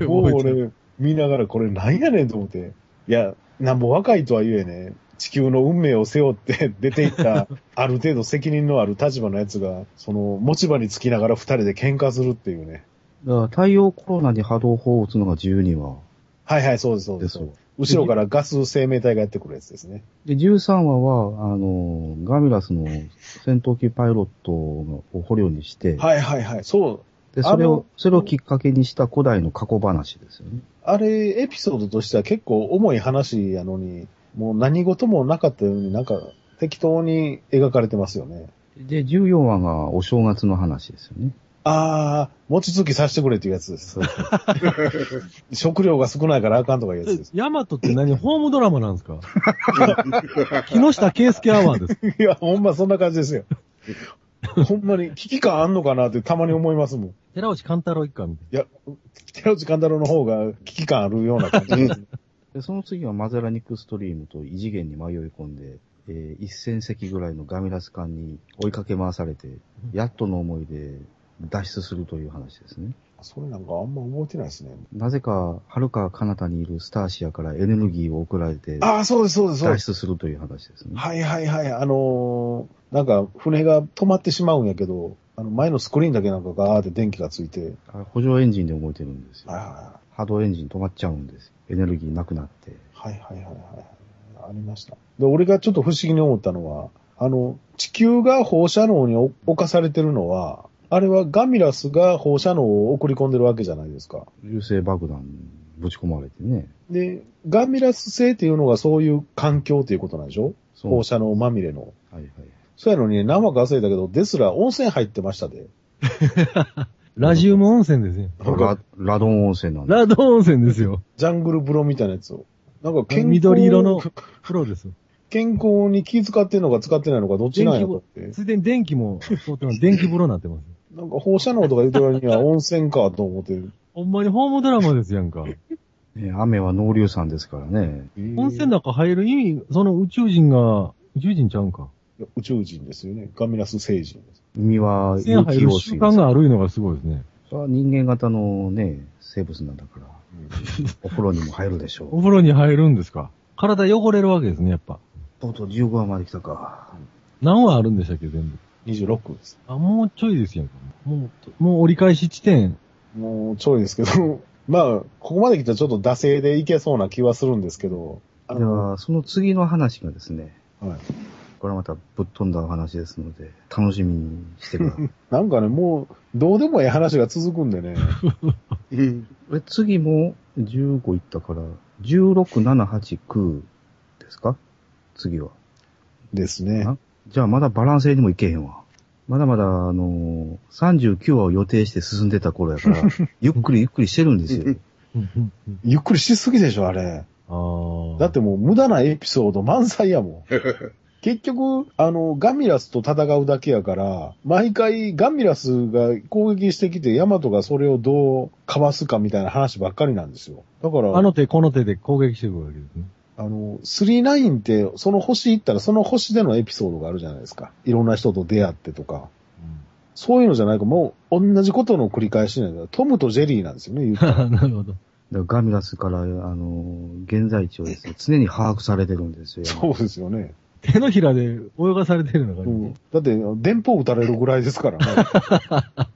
A: れ。
E: もう俺見ながらこれなんやねんと思って、いや、なんぼ若いとはいえね、地球の運命を背負って 出ていった、ある程度責任のある立場のやつが、その持ち場につきながら二人で喧嘩するっていうね。
A: だから太陽コロナに波動砲を打つのが12話
E: はいはい、そうです、そうで
A: ですす。わ。
E: 後ろからガス生命体がやってくるやつですね。
A: で、13話は、あの、ガミラスの戦闘機パイロットを捕虜にして、
E: はいはいはい。そう。
A: で、それ
E: あの
A: を、それをきっかけにした古代の過去話ですよね。
E: あれ、エピソードとしては結構重い話やのに、もう何事もなかったように、なんか適当に描かれてますよね。
A: で、14話がお正月の話ですよね。
E: あー、餅つきさせてくれっていうやつ です。食料が少ないからあかんとかいうやつです。
C: ヤマトって何ホームドラマなん ですか木下圭介アワーです。
E: いや、ほんまそんな感じですよ。ほんまに危機感あんのかなってたまに思いますもん。
C: 寺内勘太郎一家みたい
E: いや、寺内勘太郎の方が危機感あるような感じです。
A: で、その次はマゼラニックストリームと異次元に迷い込んで、えー、1000隻ぐらいのガミラス艦に追いかけ回されて、やっとの思いで脱出するという話ですね。
E: それなんかあんま覚えてないですね。
A: なぜか、遥か彼方にいるスターシアからエネルギーを送られて、
E: ああ、そうです、そうです、そう
A: 脱
E: です。
A: 出するという話ですね。
E: はいはいはい。あのーなんか船が止まってしまうんやけど、あの前のスクリーンだけなんかガーって電気がついて、
A: あれ補助エンジンで動いてるんですよ。
E: あ
A: 波動エンジン止まっちゃうんですよ。エネルギーなくなって。
E: ーはいはいはいはい。ありました。で、俺がちょっと不思議に思ったのは、あの、地球が放射能に侵されてるのは、あれはガミラスが放射能を送り込んでるわけじゃないですか。
A: 流星爆弾ぶち込まれてね。
E: で、ガミラス製っていうのがそういう環境っていうことなんでしょ
A: そう
E: 放射能まみれの。
A: はいはい。
E: そうやのに、生か忘れたけど、デスラ温泉入ってましたで。
C: な。ラジウム温泉ですよ。
E: なんか
A: ララドン温泉なんだ。
C: ラド温泉ですよ。
E: ジャングル風呂みたいなやつを。なんか健康
C: 緑色の風呂です。
E: 健康に気遣ってんのか使ってないのかどっちなんやろって。
C: ついでに電気も、そうってます電気風呂にな ってます。
E: なんか放射能とか言ってる割には温泉かと思って。
C: ほんまにホームドラマですやんか。
A: ね雨は濃硫酸ですからね。
C: 温泉の
E: だ
C: 中入る意味、その宇宙人が、宇宙人ちゃうんか。
E: 宇宙人ですよね。ガミラス星人です。
A: 海は
C: 線
A: 有
C: 入
A: 機
C: る
A: 汚
C: 習
A: 水
C: 慣があるのがすごいですね。
A: それは人間型のね、生物なんだから、お風呂にも入るでしょ
C: お風呂に入るんですか体汚れるわけですね、やっぱ。
A: う。とうとう15話まで来たか。
C: 何話あるんでしたっけ、全部。
E: 26です。
C: あ、もうちょいですやんか。もう、もう折り返し地点。
E: もうちょいですけど、 まあ、ここまで来たらちょっと惰性でいけそうな気はするんですけど、あ
A: で
E: の、
A: は、その次の話がですね、
E: はい
A: これはまたぶっ飛んだお話ですので、楽しみにしてくださ い。
E: なんかね、もう、どうでもええ話が続くんで ね。
A: え次も15いったから、16、7、8、9ですか次は。
E: ですね。
A: じゃあまだバランスにもいけへんわ。まだまだ、あのー、39話を予定して進んでた頃や から、ゆっくりゆっくりしてるんですよ。
E: ゆっくりしすぎでしょ、あれ。
C: ああ。
E: だってもう無駄なエピソード満載や もん。結局、あの、ガミラスと戦うだけやから、毎回ガミラスが攻撃してきて、ヤマトがそれをどうかわすかみたいな話ばっかりなんですよ。だから、
C: あ
E: あの、
C: の手この手で攻撃してくるわけですね。
E: あの39って、その星行ったらその星でのエピソードがあるじゃないですか。いろんな人と出会ってとか。そういうのじゃないか、もう同じことの繰り返しなんだトムとジェリーなんですよね、言うた ら
C: なるほ
A: だ
C: ど。
A: からガミラスから、あの、現在地をですね、常に把握されてるんですよ。
E: そうですよね。
C: 手のひらで泳がされてるのが、
E: うん、だって、電報打たれるぐらいですから ね。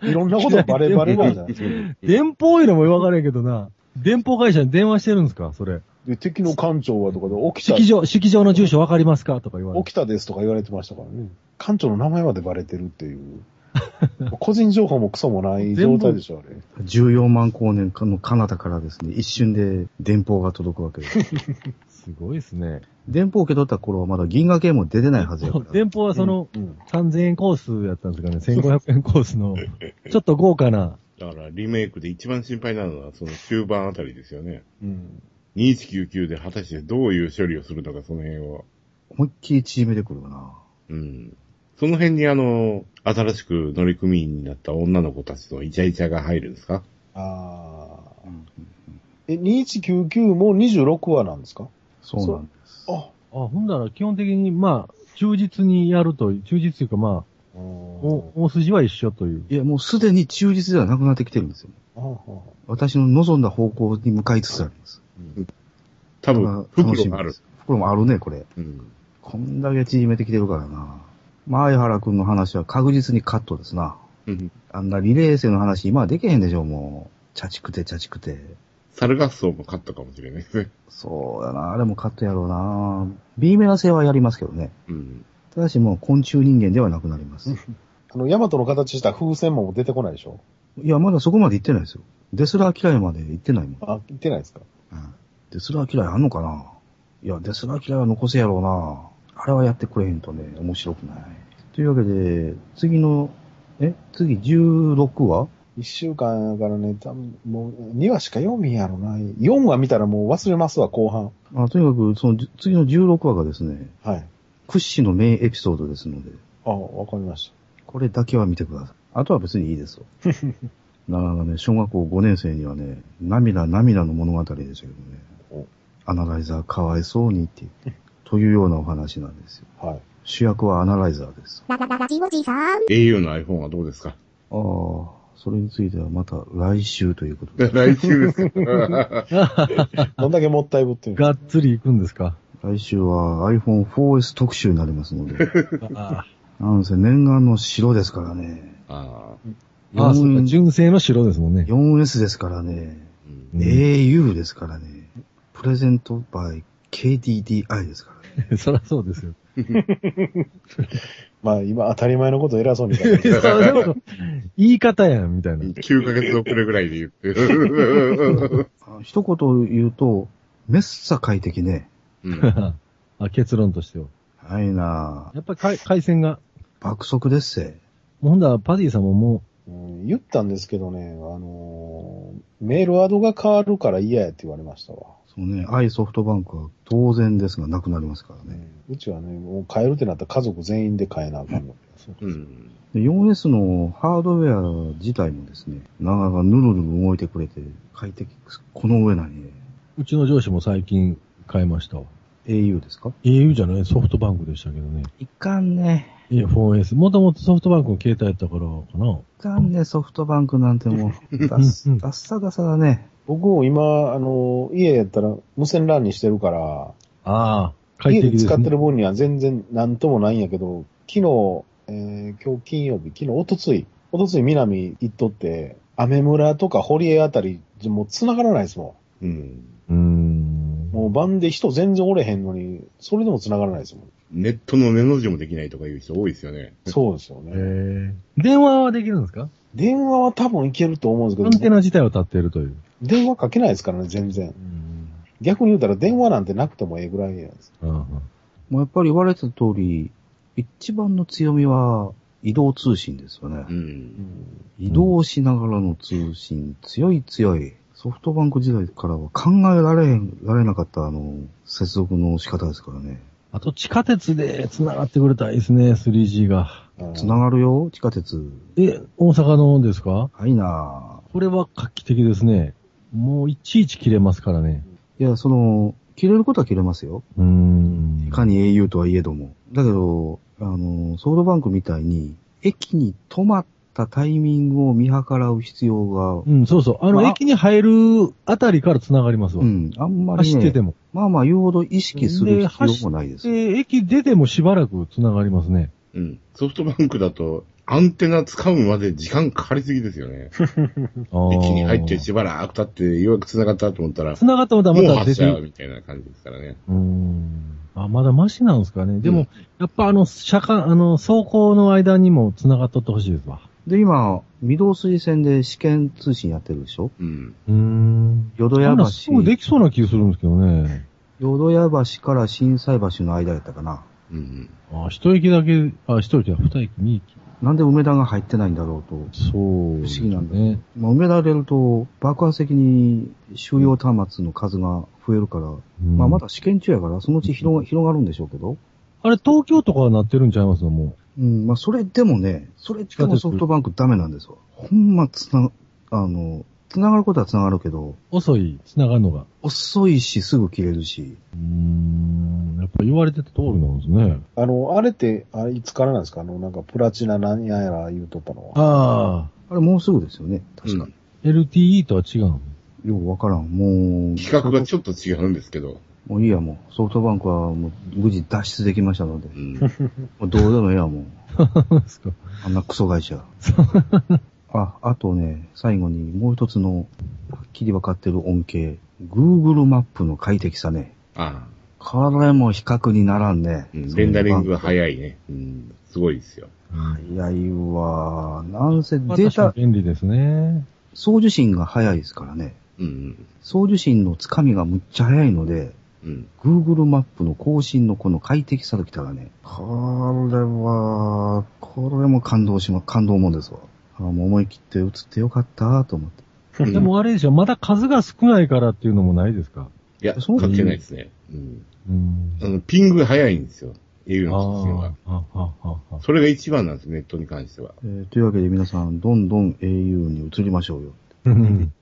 E: いろんなことバレバレなんじゃないですか。
C: 電報よりも分からへんけどな。電報会社に電話してるんですかそれ。
E: で敵の艦長はと かで、起きた
C: 式場、式場の住所分かりますかとか言われて。
E: 沖田ですとか言われてましたからね。館長の名前までバレてるっていう。個人情報もクソもない状態でしょ、 あれ。
A: 14万光年の彼方からですね、一瞬で電報が届くわけです。
C: すごいですね。
A: 電報を受け取った頃はまだ銀河系も出てないはずや から。
C: 電報はその、
E: うん。
C: 3000円コースやったんですかね。1500円コー スの、ちょっと豪華な。
B: だから、リメイクで一番心配なのは、その終盤あたりですよね。
E: うん。
B: 2199で果たしてどういう処理をするのか、その辺は。
A: 思いっきり縮めてくるわな。
B: うん。その辺にあの、新しく乗組員になった女の子たちのイチャイチャが入るんですか
E: ああ。え、2199も26話なんですか
A: そうなんです。
E: あ、
C: あ、ほんだら基本的に、まあ、忠実にやると、忠実というかまあ、
E: うーん
C: お大筋は一緒という。
A: いや、もうすでに忠実ではなくなってきてるんですよ。
E: ああ
A: 私の望んだ方向に向かいつつあります。
B: 多
A: まあ
B: 分、
A: 楽し
B: 袋
A: み
B: があ
A: で
B: る。
A: す。袋もあるね、これ。
B: うん。
A: こんだけ縮めてきてるからな。前原くんの話は確実にカットですな。
B: うん
A: あんなリレー生の話今はできへんでしょ、もう。チャチくてチャチくて。
B: サルガッソも勝ったかもしれないですね。
A: そうだな、あれもカットやろうな。B メラ性はやりますけどね。
B: うん。
A: ただしもう昆虫人間ではなくなります。
E: あの、ヤマトの形した風船も出てこないでしょ
A: いや、まだそこまで行ってないですよ。デスラー嫌いまで行ってないもん。
E: あ、言ってないですか
A: うんデスラー嫌いあんのかないや、デスラー嫌いは残せやろうな。あれはやってくれへんとね、面白くない。というわけで、次の、え次16話
E: 一週間やからね、多分もう2話しか読みんやろな。4話見たらもう忘れますわ、後半。
A: あとにかく、その、じ次の16話がですね、
E: はい。
A: 屈指のメインエピソードですので、
E: あ、わかりまし
A: これだけは見てください。あとは別にいい ですよ。なかなかね、小学校5年生にはね、涙涙の物語でしたけど
E: お
A: ね、アナライザーかわいそうにっていう、というようなお話なんですよ。
E: た。はい。
A: 主役はアナライザーです。
F: ララララジオジさん。
B: au の iPhone はどうですか
A: ああ、それについてはまた来週ということで。
B: 来週です。
E: どんだけもったいぶっていうの
C: がっつり行くんですか
A: 来週は iPhone4S 特集になりますの で。
C: あ
A: なんせ念願の白ですからね。
B: ああ。
C: あ、ああそうか、
A: 4S
C: 純正の白ですもんね。
A: 4S ですからね。
B: うん
C: うん
A: au ですからね。プレゼントバイ KDDI ですからね。
C: そりゃそう ですよ。
E: まあ今当たり前のこと偉そうに言 うから
C: そうでも言い方やん、みたいな。
B: 9ヶ月遅れぐらいで言ってる。
A: あ一言言うと、めっさ快適ね。
B: うん
C: あ結論としては。
A: はいなぁ。
C: やっぱり回回線が、
A: 爆速ですせ。
C: もうほんだらパディさんもも
E: うん言ったんですけどね、あのーメールアドが変わるから嫌やって言われましたわ。
A: そうね、i ソフトバンクは当然ですがなくなりますからね。
E: うちはね、もう変えるってなったら家族全員で変えなあかんの。
B: うん。
A: で 4S のハードウェア自体もですね、長がぬるぬる動いてくれて快適です、この上なに、
C: う、うちの上司も最近変えましたわ。
A: au ですか
C: au じゃないソフトバンクでしたけどね。
A: いかんね。
C: いや 4S。もともとソフトバンクの携帯やったからかな。
A: いかんね、ソフトバンクなんても う、ダ
C: う
A: ッ
C: ん
A: ダッサダサだね。
E: 僕も今、あのー家やったら無線 LAN にしてるから、
C: ああ、快
E: 家
C: 適
E: で
C: です、ね。
E: 使ってる分には全然なんともないんやけど、昨日、えー今日金曜日、昨日、おとつい、おとつい南行っとって、雨村とか堀江あたり、もう繋がらないですも
B: うん。
C: うーん
E: ん。。もう晩で人全然おれへんのに、それでも繋がらないですもん。
B: ネットの根の字もできないとかいう人多いですよね。
E: そうですよね。
C: ええ。電話はできるんですか
E: 電話は多分いけると思うん
C: ア
E: で
C: ン
E: す
C: テ
E: けど、
C: ナ自体は立っているという。
E: 電話かけないですからね、全然。
C: うん。
E: 逆に言うたら電話なんてなくてもええぐらいなんです。
C: あ
A: もうやっぱり言われた通り、一番の強みは移動通信ですよね。
B: うん。
A: 移動しながらの通信、強い強い。ソフトバンク時代からは考えられへんられなかったあの、接続の仕方ですからね。
C: あと地下鉄で繋がってくれたらいいですね、3G が。
E: うん
A: つながるよ、地下鉄。
C: え、大阪のですか
A: はいな
C: これは画期的ですね。もういちいち切れますからね。
A: ぁ。いや、その、切れることは切れますよ。
C: うーん。
A: いかに au とはいえども。だけど、あの、ソフトバンクみたいに、駅に止まっったタイミングを見計らう必要が、
C: うん、そうそう。あの、
A: まあ
C: 駅に入るあたりから繋がりますわ。
A: うん、あんまり、
C: 走って
A: ね
C: て、も。
A: まあまあ言うほど意識する必要もないです。
C: で、駅出てもしばらく繋がりますね。
B: うん。ソフトバンクだと、アンテナ使うまで時間かかりすぎですよね。駅
C: 駅
B: に入ってしばらく経って、ようやく繋がったと思ったら、
C: 繋がったまた
B: も
C: ま
B: う
C: た
B: 発
C: 出て
B: 車
C: う
B: みたいな感じですからね。
C: ーん。あ、まだマシなんですかね。でも、
B: うん
C: やっぱあの、車間、あの、走行の間にも繋がっとってほしいですわ。
A: で、今、御堂筋線で試験通信やってるでしょ
B: うん。
C: うーん。
A: 淀
C: そ
A: 屋
C: ん
A: 橋
C: な。すぐできそうな気がするんですけどね。
A: 淀屋橋から震災橋の間やったかな。
B: うん。
C: あ、一駅だけ、あ、一駅だ、二駅、二駅。
A: なんで梅田が入ってないんだろうと。
C: そう、
A: 不思議なんだ
C: ね。
A: まあ、梅田入れると爆発的に収容端末の数が増えるから、
C: うん
A: まあまだ試験中やから、そのうち広が広がるんでしょうけど。
C: あれ、東京とかはなってるんちゃいますのも
A: うん、まあそれでもね、それで
C: 近づ
A: も
C: く
A: ソフトバンクダメなんですわ。ほんまつな、あの、つながることはつながるけど、
C: う。遅い、繋がるのが。
A: 遅いしすぐ切れるし、
C: うーん。やっぱ言われてた通りなんですね。
E: あの、あれって、あれいつからなんですかあの、なんかプラチナなんやら言うとったのは。
C: あ
A: あれもうすぐですよね、確かに。
C: あ、LTE とは違うの
A: ようわからん。もう、
B: 企画がちょっと違うんですけど。
A: もういいや、もう。ソフトバンクはもう無事脱出できましたので、
B: うん。
A: もうどうでもいいや、もう。
C: そうです か。
A: あんなクソ会社。 あ、あとね、最後にもう一つの、はっきりわかってる恩恵。Google マップの快適さね。
B: ああ。
A: これも比較にならんね。
B: うんレンダリングが
A: い。
B: 早いね。うん。すごいですよ。
A: 早いわ。なんせデ
C: まあ、確
A: ー
C: か
A: タ、
C: に便利ですね。
A: 送受信が早いですからね。
B: うん。
A: 送受信のつかみがむっちゃ早いので、
B: うん。
A: Google マップの更新のこの快適さときたらね、これは、これも感動しま、感動もんですわ。あもう思い切って映ってよかったと思って。
B: うん
C: でもあれでしょ、まだ数が少ないからっていうのもないですか
B: いや、
A: そう
B: 関係ないですね。うん。
C: うん
B: あ。の、ピングが早いんですよ。au
C: あ
B: の通信は。
C: あ、ああ、ああ。
B: それが一番なんです、ネットに関しては。
A: えーというわけで皆さん、どんどん au に移りましょうよ。
C: うん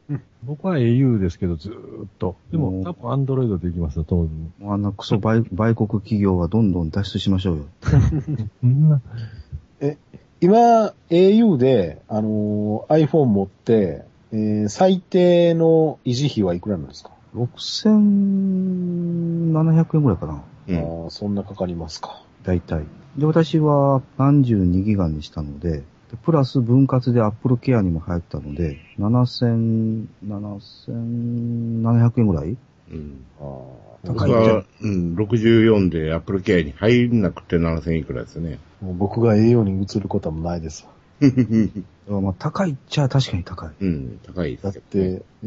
C: 僕は au ですけど、ずーっと。で
A: お
C: も、
A: ー
C: 多分 Android できますよ、当分。
A: もうあんなクソ売売国企業はどんどん脱出しましょうよ。
C: うんな。
E: 今、au で、あのー iPhone 持って、えー最低の維持費はいくらなんですか、
A: 6700円ぐらいかな。
B: うん。
E: あーそんなかかりますか。
A: だいたい。で、私は32ギガにしたので、でプラス分割で Apple Care にも入ったので、7000、7700円ぐらい
B: うん。
E: あー
A: 高い
B: 僕
A: じゃん
B: は、うん、64で Apple Care に入んなくて7000いくらですね。
E: もう僕が au に移ることもないですわ。
A: まあ、高いっちゃ確かに高い。
B: うん、高いで
E: だっ
B: すけどね。
E: て、え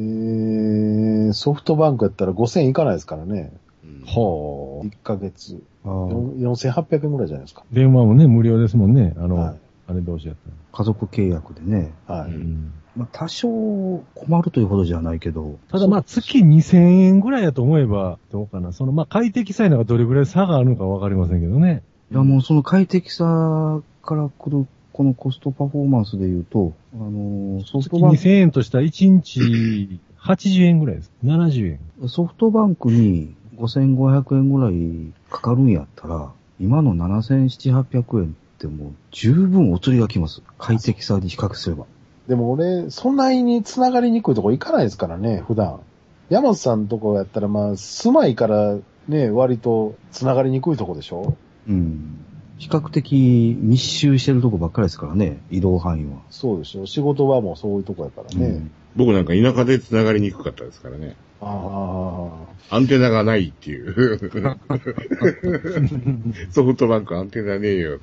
E: ー、ソフトバンクやったら5000いかないですからね。
B: うん
C: ほ
E: 1ヶ月。
A: あ
E: よ
A: ー
E: ん4800円ぐらいじゃないですか。
C: う。電話もね、無料ですもんね。あの、
E: は
C: あれ同士やったら。
A: 家族契約でね。
E: い。は
B: う
E: い。
B: ん
C: ん。
A: まあ、多少困るというほどじゃないけど。
C: ただまあ、月2000円ぐらいやと思えば、どうかな。その、まあ、快適さえのがどれぐらい差があるのかわかりませんけどね。
A: いやもうその快適さから来るこのコストパフォーマンスで言うと、あのーソフ
C: 月
A: トバン
C: 2000円としたら1日80円ぐらいです。70円。
A: ク、ソフトバンクに5500円ぐらいかかるんやったら、今の7700円ってもう十分お釣りが来ます。快適さに比較すれば。
E: でも俺、そんなに繋がりにくいとこ行かないですからね、普段。山本さんとこやったら、まあ、住まいからね、割と繋がりにくいとこでしょ
A: うん。比較的密集してるとこばっかりですからね、移動範囲は。
E: そうでしょ仕事はもうそういうとこやからね。
A: うん
B: 僕なんか田舎で繋がりにくかったですからね。
E: ああ。
B: アンテナがないっていう。ソフトバンクアンテナねえよ。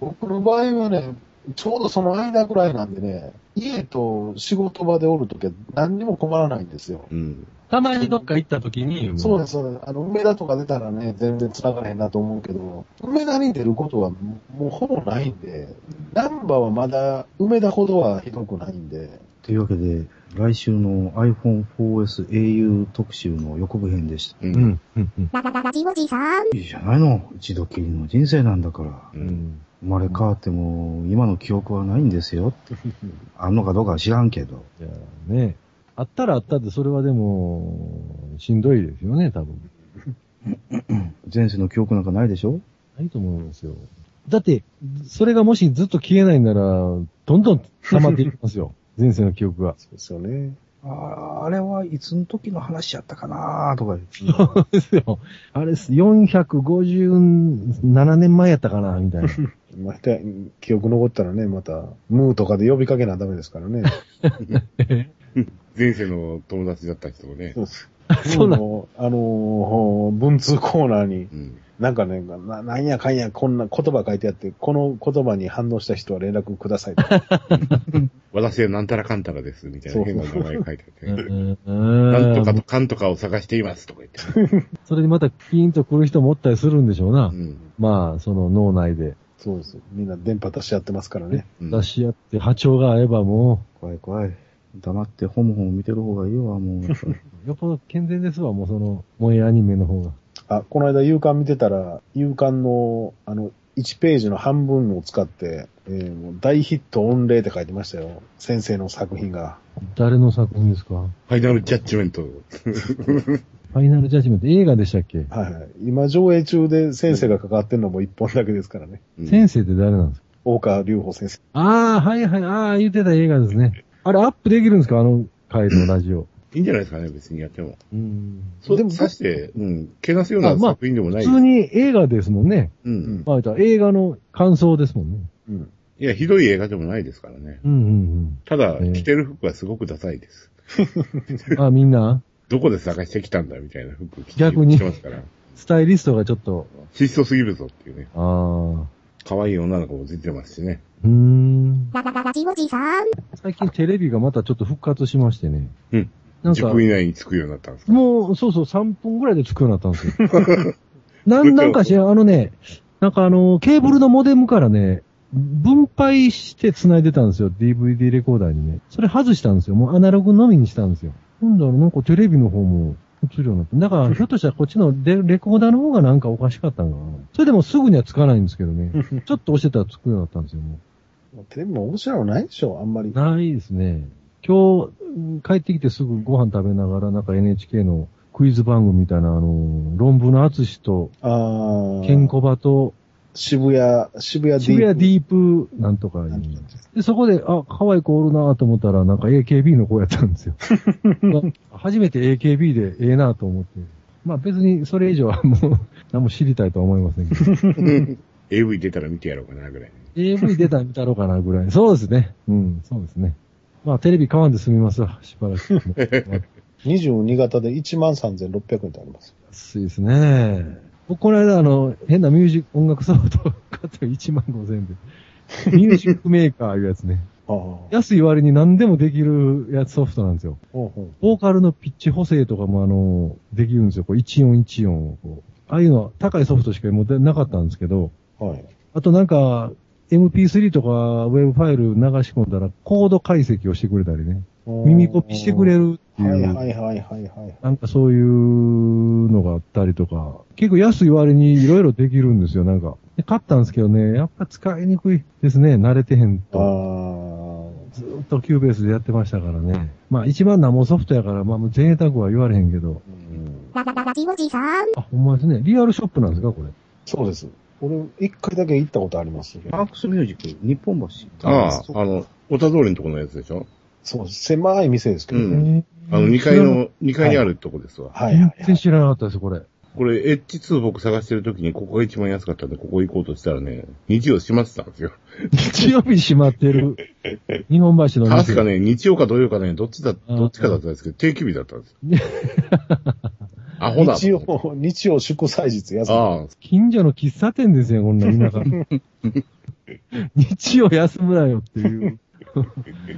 E: 僕の場合はね、ちょうどその間ぐらいなんでね、家と仕事場でおるときは何にも困らないんですよ。
B: うん。
C: たまにどっか行った時に、
E: そうです、そうです。あの、梅田とか出たらね、全然繋がらへんなと思うけど、梅田に出ることはもうほぼないんで、難波はまだ梅田ほどはひどくないんで、
A: というわけで、来週の iPhone4SAU 特集の予告編でした。
B: う。
C: うんん。うん。うん。
F: ララララジオジさん
A: いいじゃないの。一度きりの人生なんだから。
B: う。
C: うんん。
A: 生まれ変わっても、今の記憶はないんですよって。あんのかどうかは知らんけど。
C: じゃあね、あったらあったで、それはでも、しんどいですよね、多分。
A: 前世の記憶なんかないでしょ
C: ないと思うんですよ。だって、それがもしずっと消えないなら、どんどん溜まっていきま すよ。前世の記憶が。
E: そうですよね。
A: あーあれはいつの時の話やったかなーとか言って
C: そうですよ。あれ、457年前やったかな、みたいな。
E: また、記憶残ったらね、また、ムーとかで呼びかけなダメですからね。
B: 前世の友達だった人をね。
E: そう
C: そうなん
E: もうあのー文通コーナーに、
B: うん。
E: なんかね、ななんやかんや、こんな言葉書いてあって、この言葉に反応した人は連絡くださいと か。
B: 私はなんたらかんたらです、みたいな変な名前書いてあって。 な
C: なん
B: とかとかんとかを探しています、とか言って。
C: それでまたピンと来る人もおったりするんでしょうな。
B: うん。
C: まあ、その脳内で
E: そうです。みんな電波出し合ってますからね。
B: うん
C: 出し合って波長が合えばも
A: 怖い怖い。黙ってホモホモ見てる方がいいわ、 もう。やっぱり
C: う、よっぽど健全ですわ、もうその、萌えアニメの方が。
E: あ、この間、夕刊見てたら、夕刊の、あの、1ページの半分を使って、えーもう大ヒット御礼って書いてましたよ。先生の作品が。
C: 誰の作品ですか
B: ファイナルジャッジメント。
C: ファイナルジャッジメント映画でしたっけ
E: はいはい。今、上映中で先生が関わってるのも一本だけですからね。
B: うん
C: 先生って誰なんですか
E: 大川隆法先生。
C: ああ、はいはい、ああ、言ってた映画ですね。あれアップできるんですかあの回のラジオ。
B: いいんじゃないですかね、別にやっても。
C: うん。
B: そう、
E: でも
B: さして、うん、けなすような
C: あまあ
B: 作品でもない。
C: 普通に映画ですもんね。
B: う
E: うん
B: ん。
C: まあ、言ったら映画の感想ですもんね。
E: うん。
B: いや、ひどい映画でもないですからね。
C: うんうん
B: ただ、
C: ええ
B: 着てる服はすごくダサいです。
C: うん。まあ、みんな、
B: どこで探してきたんだみたいな服着て
C: 逆に
B: 着てますから。
C: スタイリストがちょっと、
B: 質素すぎるぞっていうね。
C: ああ、
B: 可愛い女の子も出てますしね。
C: うーん。
F: ララララジオジさん。
C: 最近テレビがまたちょっと復活しましてね。
B: うん。
C: なん
B: 10
C: か、
B: 分以内に着くようになったんですか
C: もう、そうそう、3分ぐらいで着くようになったんですよ。 なん、なんかしら、あのね、なんかあの、ケーブルのモデムからね、分配して繋いでたんですよ。DVD レコーダーにね。それ外したんですよ。もうアナログのみにしたんですよ。なんだろう、なんかテレビの方も映るようになって。だから、ひょっとしたらこっちのレレコーダーの方がなんかおかしかったんかな。それでもすぐにはつかないんですけ どね。ちょっと押してたらつくようになったんですよ、もう。
E: もうテレビも面白いのないでしょ、あんまり。
C: ないですね。今日、うん帰ってきてすぐご飯食べながら、なんか NHK のクイズ番組みたいな、あの、論文の厚と、
E: あー
C: ケンコバと、
E: 渋谷、渋谷 D。
C: 渋谷ディープなんとかいう
E: なんとか
C: で、そこで、あ、可愛い子おるなと思ったら、なんか AKB の子やったん ですよ。あ初めて AKB でええなと思って。まあ別にそれ以上はもう、 何も知りたいとは思いませんけ ど。
B: AV 出たら見てやろうかな、ぐらい。
C: AV 出たら見たろうかなぐらい。そうですね。うん、そうですね。まあテレビ買わんで済みますわ。しばら く。
E: 22型で13,600円ってあります。
C: 安いですね。僕、この間、あの、変なミュージック、音楽ソフト買ったよ、1万5千円で。ミュージックメーカーいうやつね。
E: ああ。
C: 安い割に何でもできるやつソフトなんですよ。
E: ほうほう
C: ボーカルのピッチ補正とかも、あの、できるんですよ。こう、一音一音をこう。ああいうのは高いソフトしか持ってなかったんですけど、
E: はい。
C: あとなんか、MP3 とかウェブファイル流し込んだらコード解析をしてくれたりね。耳コピしてくれるって。
E: はいいうはいはいはいはい。
C: なんかそういうのがあったりとか、結構安い割にいろいろできるんですよ、なんか。で買ったんですけどね、やっぱ使いにくいですね、慣れてへん
E: あ
C: と。ずーっとキューベースでやってましたからね。まあ一番なんもソフトやから、まあもう贅沢は言われへんけど。
F: ラ
E: あ。
F: ラララジオジさん。
C: あ、ほんまですね。リアルショップなんですか、これ。
E: そうです。俺、一回だけ行ったことありますけど。
A: マークスミュージック、日本橋。
B: あ
A: そう
B: あ、あの、おた通りのとこのやつでしょ
E: そうです。狭い店ですけどね。
B: うあの、2階の、2階にあるとこですわ。
E: はいはい
C: 全
E: はい
C: 然知らなかったです、これ。
B: これ、エッジ2僕探してるときに、ここが一番安かったんで、ここ行こうとしたらね、日曜閉まってたんですよ。
C: 日曜日閉まってる。 日本橋の
B: 確かね、日曜か土曜かね、どっちだ、
C: うん
B: どっちかだったんですけど、定休日だったんですよ。アホだ。
E: 日。曜、 日曜祝祭日休み。
B: ああ、
C: 近所の喫茶店ですよ、こんな田 舎の。日曜休むなよっていう。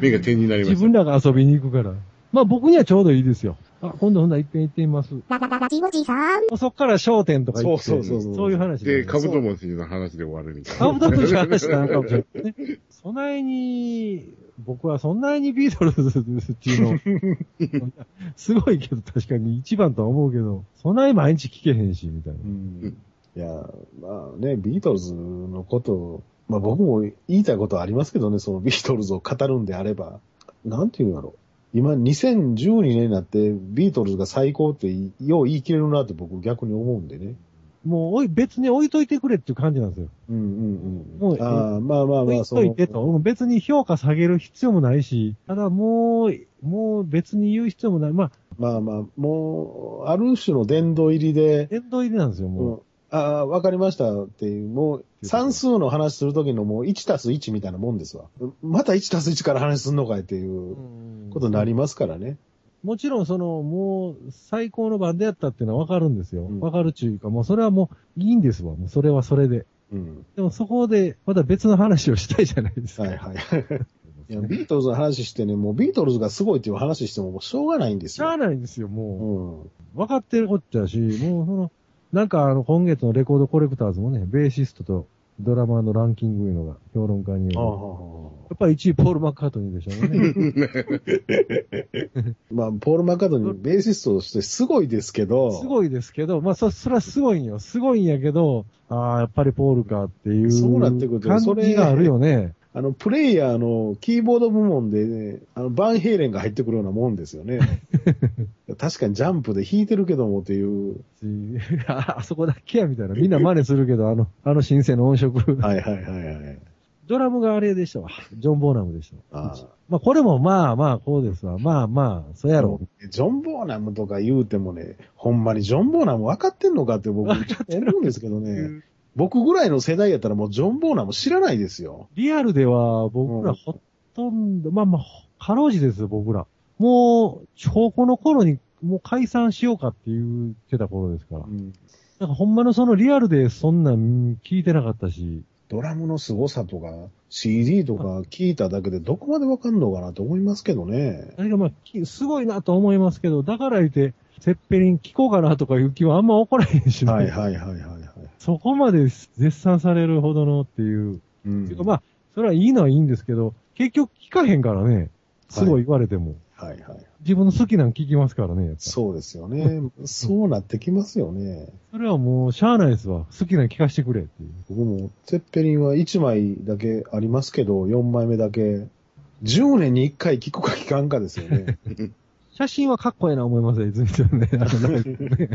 B: 目が点になりま
C: 自
B: した。
C: 分らが遊びに行くから。まあ僕にはちょうどいいですよ。あ、今度ほんなら一遍行ってみます。
F: ララララジオジさん。
C: そっから商店とか
E: そ
C: 行
E: う
C: って。
E: そうそうそう。
C: そういう話
B: で、カ
C: か
B: ブトムシの話で終わるみたい
C: カ
B: な。
C: ブトムシの話なんかもしれないね。そないに、僕はそんなにビートルズっていう の、すごいけど確かに一番とは思うけど、そない毎日聞けへんし、みたいな
E: う。ん。いや、まあね、ビートルズのこと、まあ僕も言いたいことはありますけどね、そのビートルズを語るんであれば、なんていうんだろう。今、2012年になって、ビートルズが最高って、よう言い切れるなって僕逆に思うんでね。
C: もうおい、別に置いといてくれっていう感じなんですよ。
E: うんうん
C: もう
E: ああ、まあまあま
C: 置
E: あ、
C: い
E: その
C: といてと。うん別に評価下げる必要もないし、ただもう、もう別に言う必要もない。まあ、
E: まあまあ、もう、ある種の殿堂入りで、
C: 殿堂入りなんですよ、
E: う
C: も。
E: ん、ああ、わかりましたっていう、もう、算数の話するときのもう1たす1みたいなもんですわ。また1たす1から話すんのかいっていうう
C: うん
E: ことになりますからね。
C: もちろんその、もう、最高の番でやったっていうのはわかるんですよ
E: うん。
C: わかるっていうか、もうそれはもう、いいんですわ。もうそれはそれで。
E: うん。
C: でもそこで、また別の話をしたいじゃないですか。
E: はいはい。いや、ビートルズの話してね、もうビートルズがすごいっていう話してももうしょうがないんです
C: しゃあ
E: よ。
C: ないんですよ、もう。
E: うん。
C: 分かってるこっちゃし、もうその、なんかあの、今月のレコードコレクターズもね、ベーシストとドラマーのランキングいうのが評論家による。
E: ああ
C: やっぱり1位ポール・マッカートニーでしょうね。
E: まあ、ポール・マッカートニー、ベーシストとしてすごいですけど、
C: すごいですけど、まあそ、それはすごいんよ。すごいんやけど、ああ、やっぱりポールかっていう。
E: そうなってくると
C: 感
E: それ
C: じがあるよね。
E: あの、プレイヤーのキーボード部門で、ね、あの、バンヘイレンが入ってくるようなもんですよね。 確かにジャンプで弾いてるけどもっていう。
C: ああそこだけやみたいな。みんな真似するけど、あの、あの新生の音色。
E: はいはいはいはい。
C: ドラムがあれでしたわ。ジョン・ボーナムでしたわ。
E: あ
C: まあ、これもまあまあ、こうですわ。まあまあ、そうや
E: あ
C: ろ。
E: ジョン・ボーナムとか言うてもね、ほんまにジョン・ボーナム分かってんのかって僕、思うんですけどね。僕ぐらいの世代やったらもうジョン・ボーナム知らないですよ。
C: リアルでは僕らほとんど、まあまあ、かろうじですよ、僕ら。もう、高校の頃にもう解散しようかって言ってた頃ですから。なんかほんまのそのリアルでそんなん聞いてなかったし、
E: ドラムの凄さとか、CD とか聞いただけでどこまで分かんのかなと思いますけどね。
C: あれがまあ、きすごいなと思いますけど、だから言って、セッペリン聞こうかなとかいう気はあんま起こらへんしね、
E: はいはいはいはいはい。
C: そこまで絶賛されるほどのっていう。
E: うん
C: ていうかまあ、それはいいのはいいんですけど、結局聞かへんからね。すごい言われても。
E: はいはい。
C: 自分の好きなん聞きますからね、やっぱ
E: そうですよね。そうなってきますよね。
C: それはもう、しゃあないですわ。好きなの聞かせてくれっていう。
E: 僕も、ゼッペリンは1枚だけありますけど、4枚目だけ、10年に1回聞くか聞かんかです よね。
C: 写真はかっこええな思いますよ、泉ちゃ んね。あのなんかね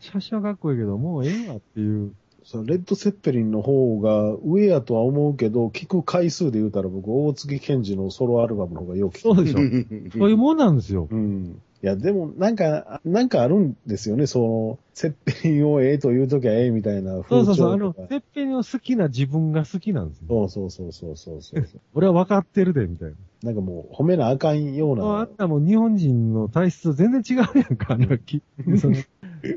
C: 写真はかっこいいけど、もうええわっていう。
E: そのレッド・セッペリンの方が上やとは思うけど、聞く回数で言うたら僕、大月健二のソロアルバムの方がよく聞く。
C: そうでしょ。そういうもんなんですよ。
E: うん。いや、でも、なんか、なんかあるんですよね、その、セッペリンをええと言うときはええみたいな
C: そ
E: 風
C: うそ
E: 潮
C: う
E: と
C: そう。
E: か
C: あの、てっぺんの好きな自分が好きなんですよ。
E: そうそうそうそうそうそうそう。
C: 俺は分かってるで、みたいな。
E: なんかもう、褒めなあかんような。
C: あんなもん日本人の体質と全然違うやんか、あのきその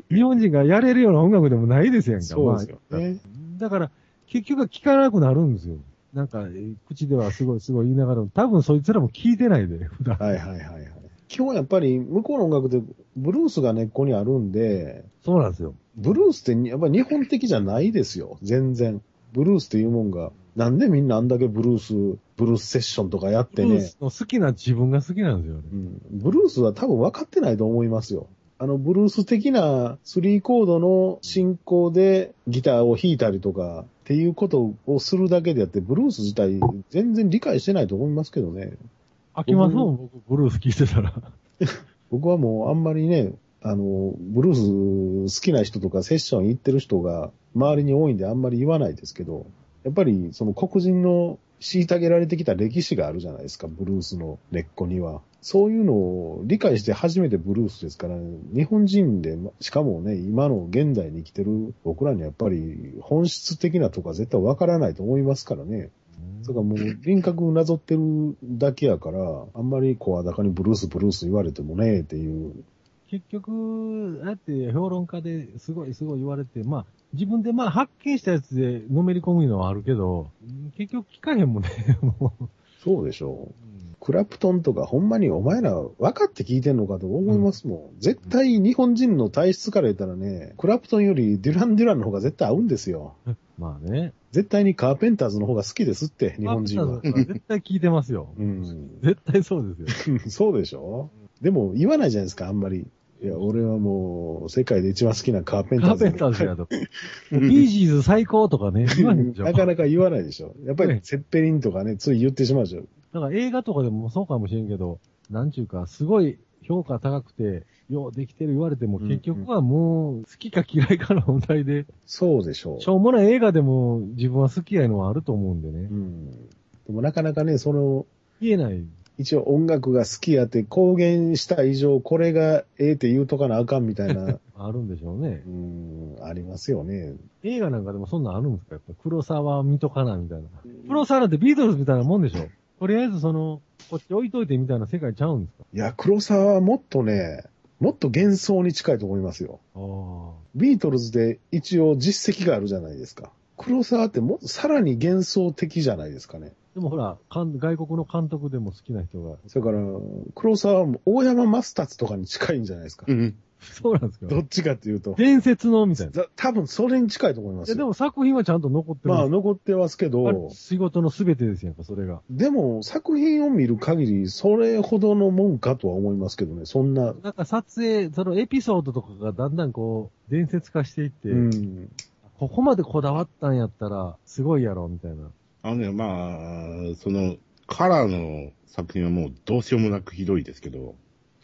C: 日本人がやれるような音楽でもないですやんか。
E: そうですよ
C: まあ
E: ね。
C: だから、結局は聞かなくなるんですよ。なんか、えー口ではすごいすごい言いながらも、多分そいつらも聞いてないで、普段。
E: はいはいはいはい。基本やっぱり向こうの音楽でブルースが根っこにあるんで、
C: そうなんですよ。
E: ブルースってやっぱり日本的じゃないですよ。全然。ブルースっていうもんが。なんでみんなあんだけブルース、ブルースセッションとかやっ
C: ブ
E: て
C: ルー
E: ね
C: ス。の好きな自分が好きなんですよね。
E: うんブルースは多分分かってないと思いますよ。あの、ブルース的な3コードの進行でギターを弾いたりとかっていうことをするだけであって、ブルース自体全然理解してないと思いますけどね。
C: 飽きますもん、僕、ブルース聞いてたら。
E: 僕はもうあんまりね、あの、ブルース好きな人とかセッション行ってる人が周りに多いんであんまり言わないですけど、やっぱりその黒人の虐げられてきた歴史があるじゃないですか、ブルースの根っこには。そういうのを理解して初めてブルースですから、日本人で、ましかもね、今の現代に生きてる僕らにやっぱり本質的なとか絶対わからないと思いますからね。それからもう輪郭なぞってるだけやから、あんまり声高にブルースブルース言われてもねっていう。
C: 結局、だって評論家ですごいすごい言われて、まあ、自分でまあ発見したやつでのめり込むのはあるけど、うん結局聞かへんもんね、 もう。
E: そうでしょう。クラプトンとかほんまにお前ら分かって聞いてんのかと思いますもん。絶対日本人の体質から言ったらね、クラプトンよりデュラン・デュランの方が絶対合うんですよ。
C: まあね。
E: 絶対にカーペンターズの方が好きですって、日本人は。
C: 絶対聞いてますよ。
E: うん。
C: 絶対そうですよ。
E: そうでしょでも言わないじゃないですか、あんまり。いや、俺はもう、世界で一番好きなカーペンタ
C: カ
E: ー
C: ー
E: ズ。
C: ペンターズや と。ビージーズ最高とかね、言わへんじゃん。
E: なかなか言わないでしょ。やっぱり、セッペリンとかね、つい言ってしまうでしょ。
C: だから映画とかでもそうかもしれんけど、なんちゅうか、すごい評価高くて、ようできてる言われても、
E: うん
C: 結局はもう、好きか嫌いかの問題で、
E: そうでしょう
C: し。ょうもない映画でも自分は好きやいうのはあると思うんでね
E: う。ん。でもなかなかね、その、
C: 言えない。
E: 一応音楽が好きやって公言した以上、これがええって言うとかなあかんみたい な、
C: あるんでしょうね
E: う。ん、ありますよね。
C: 映画なんかでもそんなんあるんですかやっぱ黒沢見とかなみたいな。黒沢なんてビートルズみたいなもんでしょとりあえずその、こっち置いといてみたいな世界ちゃうんですか
E: いや、黒沢はもっとね、もっと幻想に近いと思いますよ。
C: ああ。
E: ビートルズで一応実績があるじゃないですか。黒沢ってもっとさらに幻想的じゃないですかね。
C: でもほら、かん外国の監督でも好きな人が。
E: それから、黒沢はもう大山マスタツとかに近いんじゃないですか。
B: うん。
C: そうなんですか
E: どっちかっていうと。
C: 伝説のみたいな。い
E: ざ多分それに近いと思います
C: や
E: よ。
C: でも作品はちゃんと残ってる。
E: まあ残ってますけ
C: あ
E: ど
C: れ、仕事の全てですよ、やっぱそれが。
E: でも作品を見る限り、それほどのもんかとは思いますけどね、そんな。
C: なんか撮影、そのエピソードとかがだんだんこう、伝説化していって、
E: うん。
C: ここまでこだわったんやったら、すごいやろ、みたいな。
B: あのね、まあ、その、カラーの作品はもうどうしようもなくひどいですけど、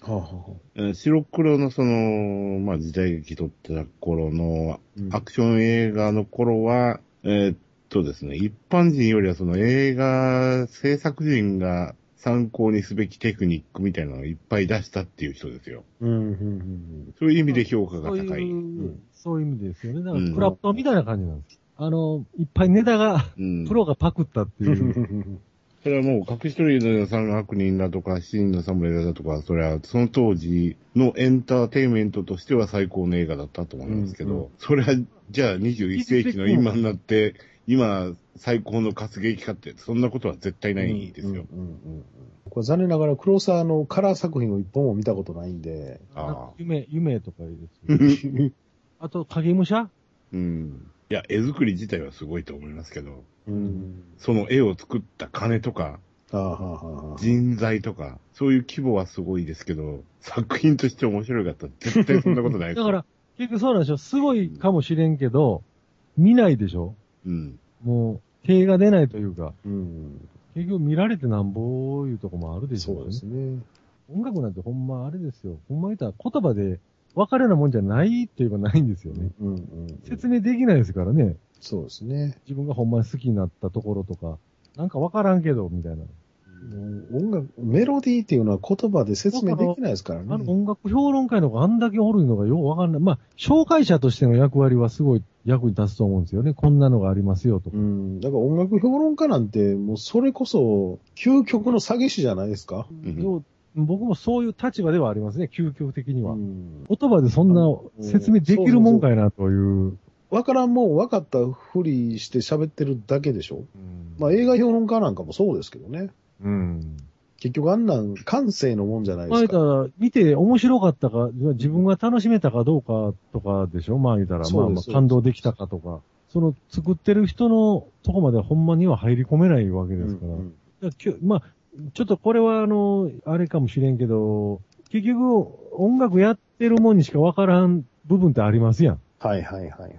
E: はあ、はあ、
B: えー白黒のその、まあ時代劇撮った頃の
E: うん
B: アクション映画の頃は、えーっとですね、一般人よりはその映画制作人が参考にすべきテクニックみたいなのをいっぱい出したっていう人ですよ。
E: うん、うん、うん
B: そういう意味で評価が
C: そういう、
B: 高い。
E: ん
C: そういう意味ですよね。だか
B: う
C: ら、
B: ん
C: クラプトンみたいな感じなんです。あの、いっぱいネタが、
B: うん
C: プロがパクったって
E: うんう
C: い
E: ん
C: う。
B: それはもう、各一人の三悪人だとか、七人の侍だとか、それはその当時のエンターテインメントとしては最高の映画だったと思うんですけど、
E: うんう
B: それは、じゃあ21世紀の今になって、今、最高の活劇化って、そんなことは絶対ないですよ。
E: うんうんうんこれ残念ながら黒沢のカラー作品を一本も見たことないんで、
B: あー
C: なんか夢、夢とかいいですよ。あと、影武者
B: うん。いや、絵作り自体はすごいと思いますけど、
E: うん。
B: その絵を作った金とか、
E: ああ、はあ、はあ。
B: 人材とか、そういう規模はすごいですけど、作品として面白かったら絶対そんなことないで
C: だ
B: すよ
C: から、結局そうなんでしょ。すごいかもしれんけど、見ないでしょ
B: うん。
C: もう、手が出ないというか、
E: うん。
C: 結局見られてなんぼいうとこもあるでしょ
E: そうですね。
C: 音楽なんてほんまあれですよ。ほんま言ったら言葉で分かるようなもんじゃないって言えばないんですよ
E: う
C: ね
E: ん。うんうん。
C: 説明できないですからね。
E: そうですね。
C: 自分がほんまに好きになったところとか、なんか分からんけど、みたいな。
E: もう音楽、メロディーっていうのは言葉で説明できないですから
C: あの
E: ね。
C: 音楽評論会のがあんだけおるのがよう分かんない。まあ、紹介者としての役割はすごい役に立つと思うんですよね。こんなのがありますよとか
E: う。ん。だから音楽評論家なんて、もうそれこそ、究極の詐欺師じゃないですか。
B: うん
C: よう僕もそういう立場ではありますね、究極的には。
E: うん
C: 言葉でそんな説明できるもんかいなという。
E: わからんもん分かったふりして喋ってるだけでしょ。まあ映画評論家なんかもそうですけどね。
C: うん。
E: 結局あんなん感性のもんじゃない
C: まあ
E: です
C: 言った
E: か。
C: ら、見て面白かったか、自分が楽しめたかどうかとかでしょまあ言ったら、ま
E: そ
C: あ
E: う
C: ま
E: で
C: あ
E: す
C: 感動できたかとか。その作ってる人のとこまではほんまには入り込めないわけですから。
E: うん
C: だからきゅまあ、ちょっとこれはあの、あれかもしれんけど、結局音楽やってるもんにしかわからん部分ってありますやん。
E: はいはいはいはい。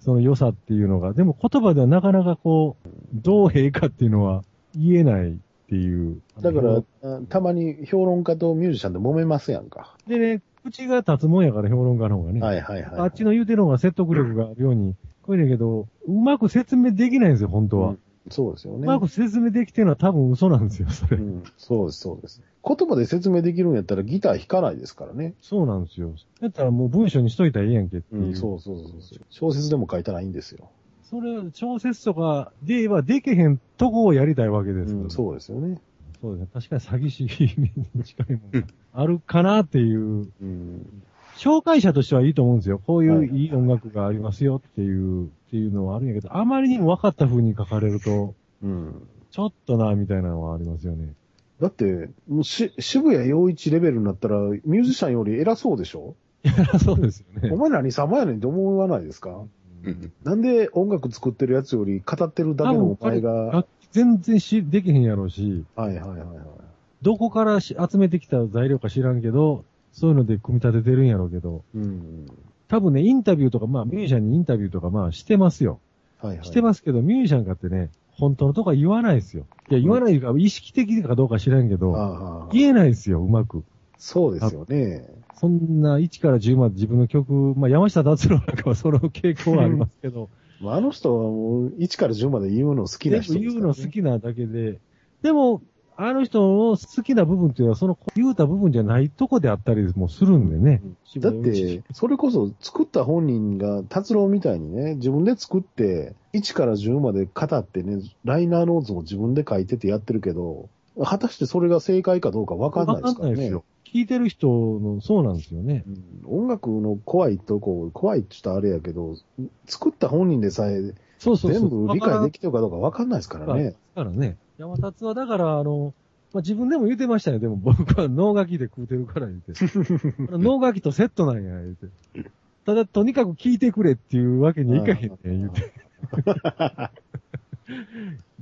C: その良さっていうのが。でも言葉ではなかなかこう、どう変かっていうのは言えないっていう。
E: だか
C: あ
E: ら
C: の、
E: あたまに評論家とミュージシャンで揉めますやんか。
C: でね、口が立つもんやから評論家の方がね。
E: はいはいはい。
C: あっちの言うてる方が説得力があるように聞こえるけど、うまく説明できないんですよ、本当は。
E: う
C: うん
E: そうですよね。
C: まく説明できてるのは多分嘘なんですよ、それ。
E: うん、そうです、そうです。言葉で説明できるんやったらギター弾かないですからね。
C: そうなんですよ。だったらもう文章にしといたらいいやんけっていう。
E: そうそうそうそう。小説でも書いたらいいんですよ。
C: それは小説とかで言えばできへんとこをやりたいわけですから、
E: うん、そうですよね。
C: そうですね。確かに詐欺師に近いものがあるかなっていう。
E: うん。
C: 紹介者としてはいいと思うんですよ。こうい
E: は
C: う
E: い
C: いい音楽がありますよっていう、っていうのはあるんやけど、あまりにも分かった風に書かれると、
E: うん。
C: ちょっとな、みたいなのはありますよね。
E: だって、もうし、渋谷陽一レベルになったら、ミュージシャンより偉そうでしょ
C: そうですよね
E: お。前何様やねんって思わないですかなんで音楽作ってるやつより語ってるだけのお前が。は
C: 楽器全然し、できへんやろうし、
E: いはいはいはい。
C: どこからし集めてきた材料か知らんけど、そういうので組み立ててるんやろうけど、
E: うん。
C: 多分ね、インタビューとか、まあ、ミュージシャンにインタビューとか、まあ、してますよ。
E: はいはい。
C: してますけど、ミュージシャンかってね、本当のとこは言わないですよ。いや、言わないか、意識的かどうか知らんけ
E: ああ
C: ど、
E: ああ。
C: 言えないですよ、うまく。
E: そうですよね。
C: そんな1から10まで自分の曲、まあ山下達郎なんかはその傾向はありますけど、
E: まあ、あの人はもう1から10まで言うの好きな人
C: 全
E: で
C: 部
E: すから、ね。
C: 言うの好きなだけで、でも、あの人の好きな部分っていうのはその言うた部分じゃないとこであったりもするんでね。
E: だって、それこそ作った本人が達郎みたいにね、自分で作って、1から10まで語ってね、ライナーノーズも自分で書いててやってるけど、果たしてそれが正解かどうかわかんないですから
C: わかんないで
E: ね
C: す。よ聞いてる人の、そうなんですよね。
E: うん音楽の怖いとこ、怖いって言ったらあれやけど、作った本人でさえ
C: そうそうそう。
E: 全部理解できてるかどうかわかんないですからね。
C: だからね、山達はだから、あの、まあ、自分でも言うてましたよ。でも 僕は脳ガキで食うてるから言うて。 あの脳ガキとセットなんや、言うて。ただ、とにかく聞いてくれっていうわけにいかへんねん、言うて。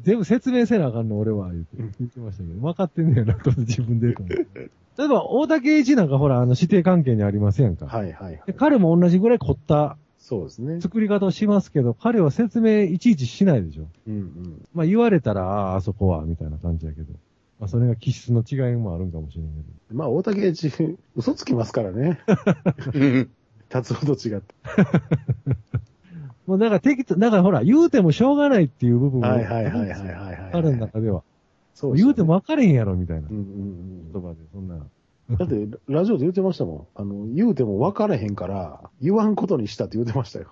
C: 全部説明せなあかんの、俺は、言うて。言ってましたけど、分かってんねやな、と自分でと思って。 例えば、大竹一なんかほら、あの、指定関係にありませんか。
E: はいはいはい。
C: で彼も同じぐらい凝った
E: そうですね。
C: 作り方をしますけど、彼は説明いちいちしないでしょ。
E: うんうん。
C: まあ言われたら、ああ、あそこは、みたいな感じやけど。まあそれが気質の違いもあるんかもしれんけど。
E: まあ、大竹栄一、嘘つきますからね。 達郎と違って。
C: まあだから適当、だからほら、言うてもしょうがないっていう部分もあ
E: はい
C: るんですよ。
E: はいはいはいはいはい。
C: 彼の中では。
E: そうです
C: 言
E: よね
C: うても分かれへんやろ、みたいな
E: うんうん
C: 言葉で、そんな。
E: うん。だって、ラジオで言ってましたもん。あの、言うても分からへんから、言わんことにしたって言ってましたよ。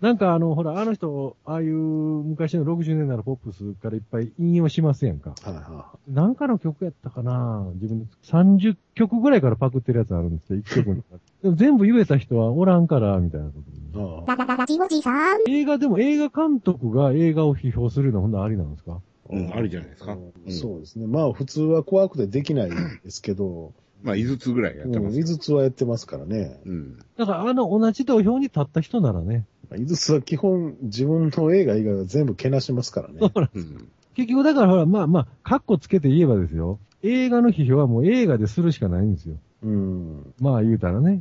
C: なんかあの、ほら、あの人、ああいう昔の60年代のポップスからいっぱい引用しますやんか。
E: はいは
C: なんかの曲やったかな自分で30曲ぐらいからパクってるやつあるんですよ、1曲に。でも全部言えた人はおらんから、みたいなことで
E: い。ああ
F: ララララジオジさん。
C: 映画でも映画監督が映画を批評するのはほんならありなんですか
B: うん、ありじゃないですか。
E: うんそうですね。まあ、普通は怖くてできないですけど、
B: まあ、5つぐらいやって
E: う
B: ま
E: ん
B: す
E: 井
B: よ。
E: 筒はやってますからね。
B: うん。
C: だからあの同じ土俵に立った人ならね、
E: まあ井筒は基本、自分の映画以外は全部けなしますからね。
B: うん。
C: 結局だからほら、まあまあ、カッコつけて言えばですよ、映画の批評はもう映画でするしかないんですよ。
E: うん。
C: まあ言うたらね、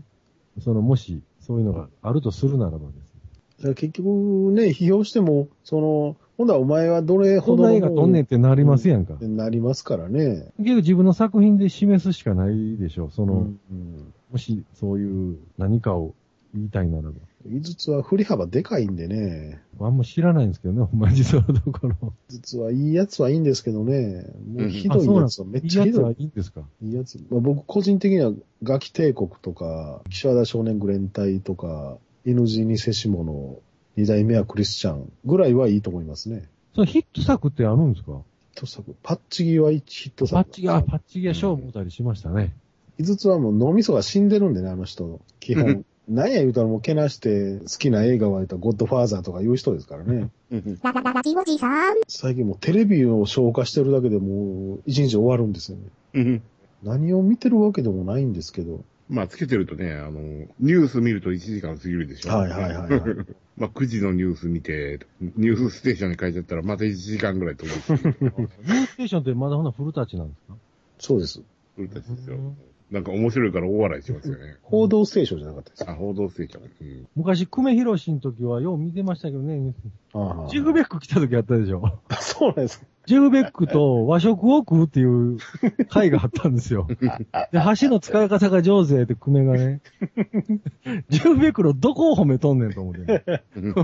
C: そのもしそういうのがあるとするならばです。
E: だから結局ね、批評しても、その、ほんだらお前はどれ
C: こ
E: ほ
C: ん
E: ど
C: な
E: の
C: 映画撮んねんってなりますやんか。
E: ってなりますからね。
C: 結局自分の作品で示すしかないでしょう。その、
E: うん
C: もしそういう何かを言いたいならば。
E: 井筒は振り幅でかいんでね。
C: あんま知らないんですけどね、ほんまにそのところ。
E: 実はいいやつはいいんですけどね、もうひ
C: あ
E: どい
C: そうなん
E: や
C: で
E: つ
C: す
E: はめっちゃひ
C: いいやつは
E: ど
C: い
E: い。
C: いんですか
E: いいやつ。まあ、僕個人的にはガキ帝国とか、岸和田少年グ連隊とか、犬死にせし者、二代目はクリスチャンぐらいはいいと思いますね。
C: そのヒット作ってあるんですか
E: ヒット作。パッチギはヒット
C: パ
E: 作。
C: ッチギ、あ、パッチギは勝負たりしました ね。
E: 井筒はもう脳みそが死んでるんでね、あの人。基本。なんや言うたらもうけなして好きな映画は言ったらゴッドファーザーとか言う人ですからね。
F: ララララジオジさん。
E: 最近もうテレビを消化してるだけでもう一日終わるんですよね。何を見てるわけでもないんですけど。
B: まあ、つけてるとね、あの、ニュース見ると1時間過ぎるでしょ。
E: はいはいはいはい。
B: まあ、9時のニュース見て、ニュースステーションに書いてあったら、また1時間ぐらい飛ぶし。
C: ニューステーションってまだほなフルタッチなんですか
E: そうです。
B: 俺たちです
C: う
B: よ
C: ん。
B: なんか面白いから大笑いしますよね。
E: 報道ステーションじゃなかったです。
B: あ、報道ステーション。
C: 昔、久米博士の時はよう見てましたけどね。
E: ああ
C: ジェ フベック来た時あったでしょ。
E: そうなんです。
C: ジェフベックと和食を食うっていう会があったんですよ。で、箸の使い方が上手やって久米がね。ジェフベックのどこを褒めとんねんと思って。
B: うん。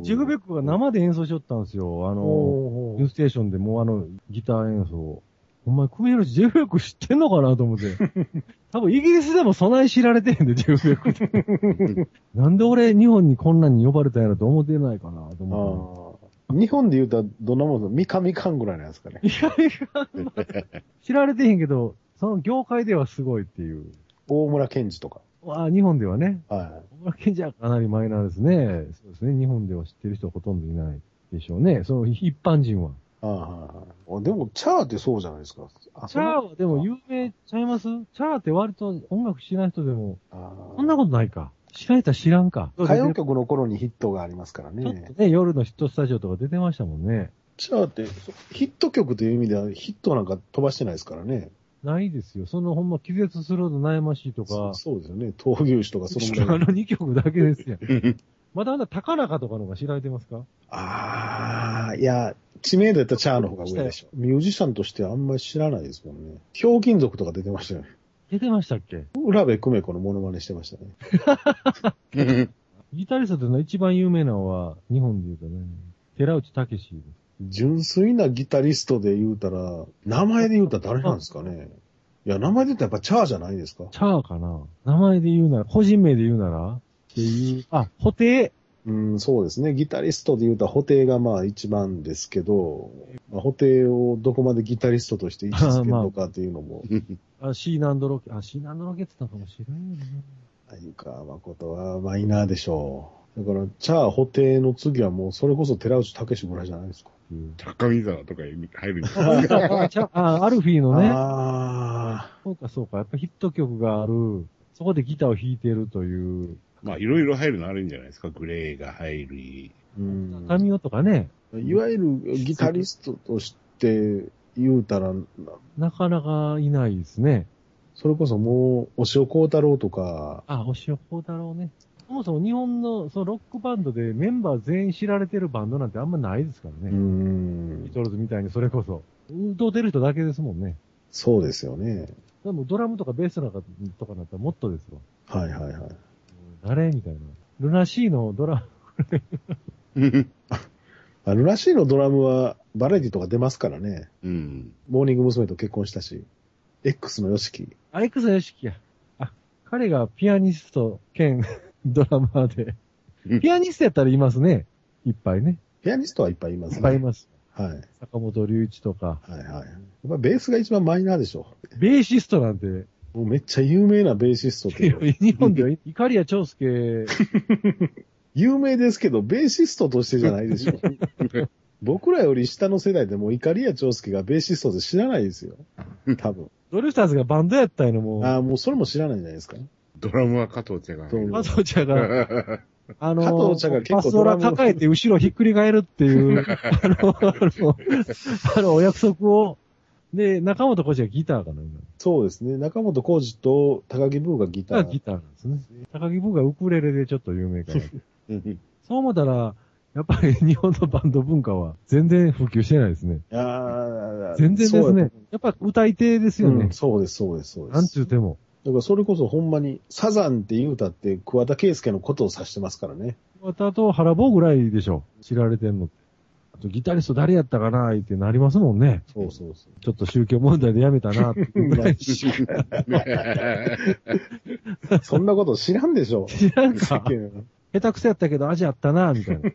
C: ジェフベックが生で演奏しよったんですよ。あの、
E: お
C: ニューステーションでもうあの、ギター演奏。お前、クミヒロシ、ジェフベック知ってんのかなと思って。多分イギリスでもそない知られてへんで、ジェフベックって。 なんで俺、日本にこんなんに呼ばれたんやろと思ってないかなと思っ
E: ああ日本で言うたらどんなもんですか三上勘ぐらいなんで すかね。
C: て。いやいや、知られてへんけど、その業界ではすごいっていう。
E: 大村健二とか。
C: ああ、日本ではね。
E: は
C: 小村健じゃかなりマイナーですね。そうですね。日本では知ってる人はほとんどいないでしょうね。その一般人は。
E: い。ああはいはいでも、チャーってそうじゃないですか。あ
C: チャーはでも有名ちゃいますチャーって割と音楽知らない人でもそ
E: そ
C: んなことないか。知られたら知らんか。
E: 歌謡曲の頃にヒットがありますから
C: ちょっ
E: ね。
C: とね、夜のヒットスタジオとか出てましたもんね。
E: チャーって、ヒット曲という意味ではヒットなんか飛ばしてないですからね。
C: ないですよ。そのほんま気絶するほど悩ましいと
E: そ
C: か
E: う、そうですよね。闘牛士とかそのぐら
C: あ
E: い。
C: の2曲だけですやん。まだあんな高中とかの方が知られてますか
E: ああ、いや、知名度やったらチャーの方が上でしょ。ミュージシャンとしてあんまり知らないですもんね。ひょうきん族とか出てましたよね。
C: 出てましたっけ
E: 浦部久美子のモノマネしてましたね。
C: ギタリストでの一番有名なのは、日本で言うとね、寺内武史。
E: 純粋なギタリストで言うたら、名前で言うたら誰なんですかね。いや、名前で言ったらやっぱチャーじゃないですか。
C: チャーかな名前で言うなら、個人名で言うならっていう、あ、ホテ
E: うん、そうですね。ギタリストで言うたら、布袋がまあ一番ですけど、まあ、布袋をどこまでギタリストとして位置づけるのかっていうのも、
C: あ、シーナンドロケ、あ、シーナンドロケって言ったのかもしれないよね。
E: 鮎川誠はマイナーでしょう。だから、チャー、布袋の次はもう、それこそ寺内武志ぐらいじゃないですか。
B: 高見沢とかに入るんです
C: あ あちゃあ、アルフィーのね、
E: あ
C: そうかそうか、やっぱヒット曲がある、そこでギターを弾いてるという、
B: まあ、いろいろ入るのあるんじゃないですか。グレーが入り。
E: ーうん
C: タミオとかね、
E: いわゆるギタリストとして言うたら、
C: なかなかいないですね。
E: それこそもう、押尾幸太郎とか、
C: あ、押尾幸太郎ね。そもそも日本のそのロックバンドでメンバー全員知られてるバンドなんてあんまないですから
E: う
C: ね。ビ
E: ん
C: ー、トルズみたいにそれこそ。運動出る人だけですもんね。
E: そうですよね。
C: でもドラムとかベースなんかとかなったらもっとですわ。
E: はいはいはい。
C: 誰みたいな。ルナシーのドラ、
E: あの、らしいのドラムは、バラエティとか出ますからね。
B: うん。
E: モーニング娘。と結婚したし、X の YOSHIKI。
C: アイクサヨシキや。あ、彼がピアニスト兼 ドラマーで
B: うん。
C: ピアニストやったらいますね。いっぱいね。
E: ピアニストはいっぱいいま
C: い
E: す
C: っぱいい
E: ね。
C: ます。
E: はい。はい
C: 坂本隆一とか。
E: はい。やっぱベースが一番マイナーでしょ。
C: ベーシストなんて、
E: もうめっちゃ有名なベーシストっ ていう。
C: 日本では、イカリア長介、
E: 有名ですけど、ベーシストとしてじゃない でしょ。僕らより下の世代でも、イカリア長介がベーシストで知らないですよ。多分。
C: ドリフターズがバンドやったんやのも、
E: ああ、もうそれも知らないんじゃない ですか。
B: ドラムは加藤茶が入る。
C: 加藤茶が、 あの、
E: 加藤茶が結構
C: パス
E: ド
C: ド
E: ラ
C: ラ
E: ムの
C: 抱えて後ろひっくり返るって いう、あの、あの、あのお約束を、で、中本浩二はギターかな、今。
E: そうですね。中本浩二と高木ブーがギタ
C: が
E: ー。
C: ギターなんですね。高木僕がウクレレでちょっと有名かな。 そう思ったら、やっぱり 日本のバンド文化は全然普及してないですね。
E: あー
C: 全然で
E: そ
C: す
E: う
C: ね。やっぱ歌い手ですよ
E: う
C: ね
E: ん、。そうです、そうです、そうです。
C: なんちゅうても。
E: だからそれこそほんまに、サザンって言うたって桑田圭介のことを指してますからね。
C: またあと原坊ぐらいでしょ。知られてんのって。あとギタリスト誰やったかなってなりますもんね。
E: そうそう そう。
C: ちょっと宗教問題でやめたな っていうぐらいしか
E: そんなこと知らんでしょ。
C: 知らんか。
E: う
C: 下手くそやったけど味あったなみたいな。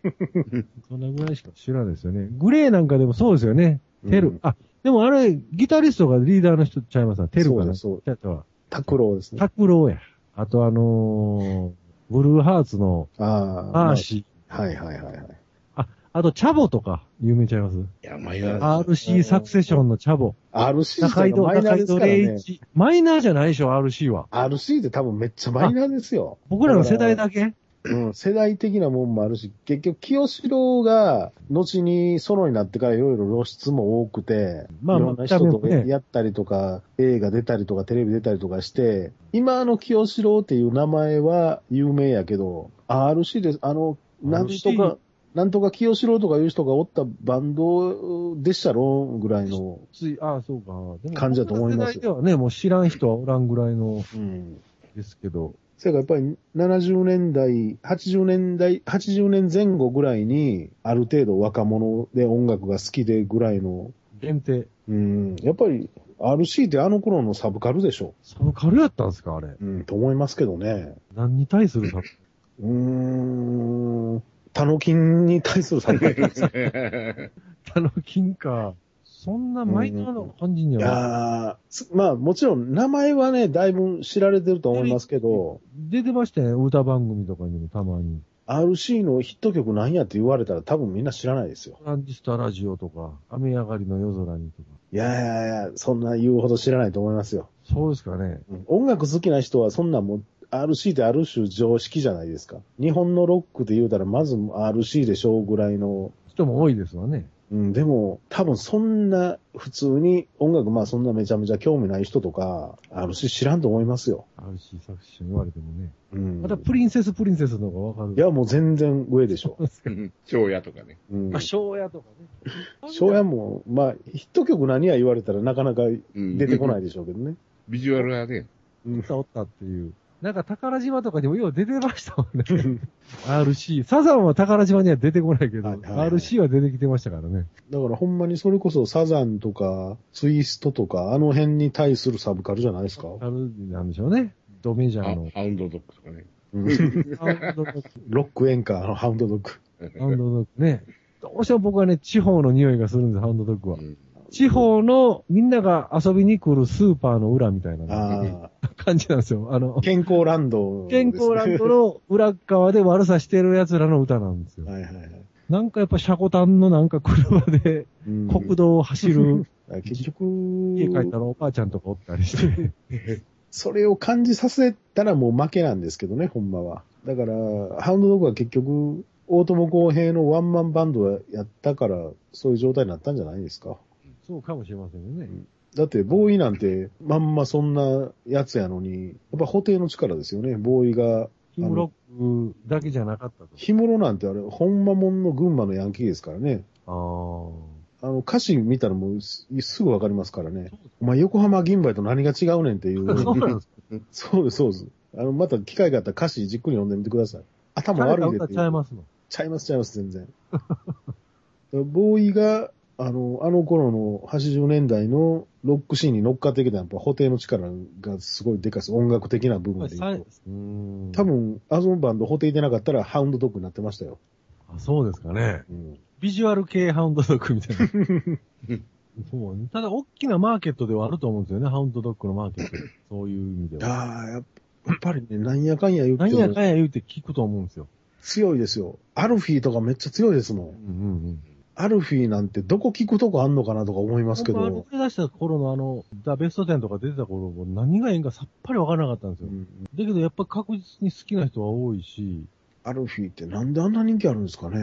C: そんなぐらいしか知らんですよね。グレーなんかでもそうですよね。テル。
E: うん
C: あ、でもあれ、ギタリストがリーダーの人ちゃいますな。テルかな。
E: そうですそう
C: やったわ。
E: 拓郎ですね。
C: タクローや。あとあのー、ブルーハーツの
E: ああ。
C: アーシ
E: まあはいはいはいはい。
C: ー。あと、チャボとか、有名ちゃいます
B: いや、迷わ
C: ?RC サクセションのチャボ。
E: RC
C: 中井
E: って
C: 戸、
E: マイ
C: 中井
E: ナーです
C: 戸
E: から
C: 礼
E: ね。
C: 一。マイナーじゃないでしょ、RC は。
E: RC って多分めっちゃマイナーですよ。
C: 僕らの世代だ
E: け。
C: け
E: うん、世代的なもんもあるし、結局、清志郎が、後にソロになってからいろいろ露出も多くて、
C: まあ
E: いろんな人と
C: 見た目もね
E: やったりとか、映画出たりとか、テレビ出たりとかして、今の清志郎っていう名前は有名やけど、RC です。あの、なんと
C: RC
E: か、なんとか清志郎とかいう人がおったバンドでしたろぐらいの、
C: つい、ああ、そうか。でも
E: 感じだと思いま
C: 僕らの世
E: す
C: 代ではね、もう知らん人はおらんぐらいの、
E: うん。
C: ですけど。
E: それからやっぱり70年代、80年代、80年前後ぐらいに、ある程度若者で音楽が好きでぐらいの、
C: 限定。
E: うん、やっぱり RC ってあの頃のサブカルでしょ。
C: サブカルやったんですか、あれ。
E: うん、と思いますけどね。
C: 何に対するサブ
E: うーん、他の金に対するサブカルです。
C: カルの金か。そんなマイナーな感じに
E: い
C: は
E: やーすまあもちろん名前はね、だいぶ知られてると思いますけど、
C: 出てましたよね、歌番組とかにもたまに。
E: RC のヒット曲なんやって言われたら多分みんな知らないですよ。
C: トランジスタラジオとか、雨上がりの夜空にとか。
E: いやいやいや、そんな言うほど知らないと思いますよ。
C: そうですかね。
E: 音楽好きな人はそんなんもう RC ってある種常識じゃないですか。日本のロックで言うたらまず RC でしょうぐらいの、
C: 人も多いですわね。
E: うん、でも、多分そんな、普通に音楽、まあそんなめちゃめちゃ興味ない人とか、あるし知らんと思いますよ。
C: あるし、作詞言われてもね。
E: うん。
C: またプリンセスプリンセスの方がわかる。
E: いや、もう全然上でし ょ。
B: 蝶やとかね。
E: うん
C: まあ、。昭夜とかね。
E: 昭夜も、まあ、ヒット曲何や言われたらなかなか
B: うん
E: 出てこないでしょうけどね。
B: ビジュアルはね、
C: おったおったっていう。なんか宝島とかにもよう出てましたもんね。RC。サザンは宝島には出てこないけど、
E: はいはいはい
C: RC は出てきてましたからね。
E: だからほんまにそれこそサザンとか、ツイストとか、あの辺に対するサブカルじゃないですか。
C: あるなんでしょうね。ドメジャ
B: ハ
C: ーの。
B: ハウンドドッグとかね。
E: うん
C: ハウンドドッグ
E: ロック演歌のハウンドドッグ。
C: ハウンドドッグね。どうしても僕はね、地方の匂いがするんです、ハウンドドッグは
B: う。ん
C: 地方のみんなが遊びに来るスーパーの裏みたいな
E: あ
C: 感じなんですよ。あの
E: あ、、健康ランド、
C: 健康ラン。ドの裏側で悪さしてる奴らの歌なんですよ。
E: はいはいはい。
C: なんかやっぱ車庫端のなんか車で
E: うん
C: 国道を走る、
E: 結
C: 家帰った
E: 局、
C: らおばあちゃんとかおったりして。
E: それを感じさせたらもう負けなんですけどね、ほんまは。だから、ハウンドドッグは結局、大友康平のワンマンバンドやったから、そういう状態になったんじゃないですか。
C: そうかもしれませんよね。
E: だって、ボーイなんて、まんまそんなやつやのに、やっぱ補定の力ですよね。ボーイが、
C: ヒムロックだけじゃなかったと。
E: ヒムロなんてあれ、ほんまもんの群馬のヤンキーですからね。
C: ああ。
E: あの、歌詞見たらもうすすぐわかりますからね。お前横浜銀杯と何が違うねんっていう。
C: そうなんですか。
E: そうです、そうです。あの、また機会があったら歌詞じっくり読んでみてください。頭悪いで
C: 歌
E: っ。
C: ってちゃいますの。
E: ちゃいます、ちゃいます、全 然。ボーイが、あの、あの頃の80年代のロックシーンに乗っかってきたやっぱ、補定の力がすごいでかいです。音楽的な部分で言うと。
C: 分
E: 多。分、アゾンバンド補定でなかったら、ハウンドドッグになってましたよ。
C: あそうですかね。
E: うん。
C: ビジュアル系ハウンドドッグみたいな。 そうねただ、大きなマーケットではあると思うんですよね、ハウンドドッグのマーケット。そういう意味では。
E: ああ、やっやっぱりね、なんやかんや言っ
C: 何や
E: て
C: か
E: も
C: んや言うて聞くと思うんですよ。
E: 強いですよ。アルフィーとかめっちゃ強いですも。
C: うんんうんうん。
E: アルフィーなんてどこ聞くとこあんのかなとか思いますけ
C: 僕はあの
E: ど。
C: 出だした頃のあの、ザ・ベスト10とか出てた頃も何がええんかさっぱりわからなかったんです
E: う
C: よ。
E: ん
C: だけどやっぱ確実に好きな人は多いし、
E: アルフィーってなんであんな人気あるんですかね。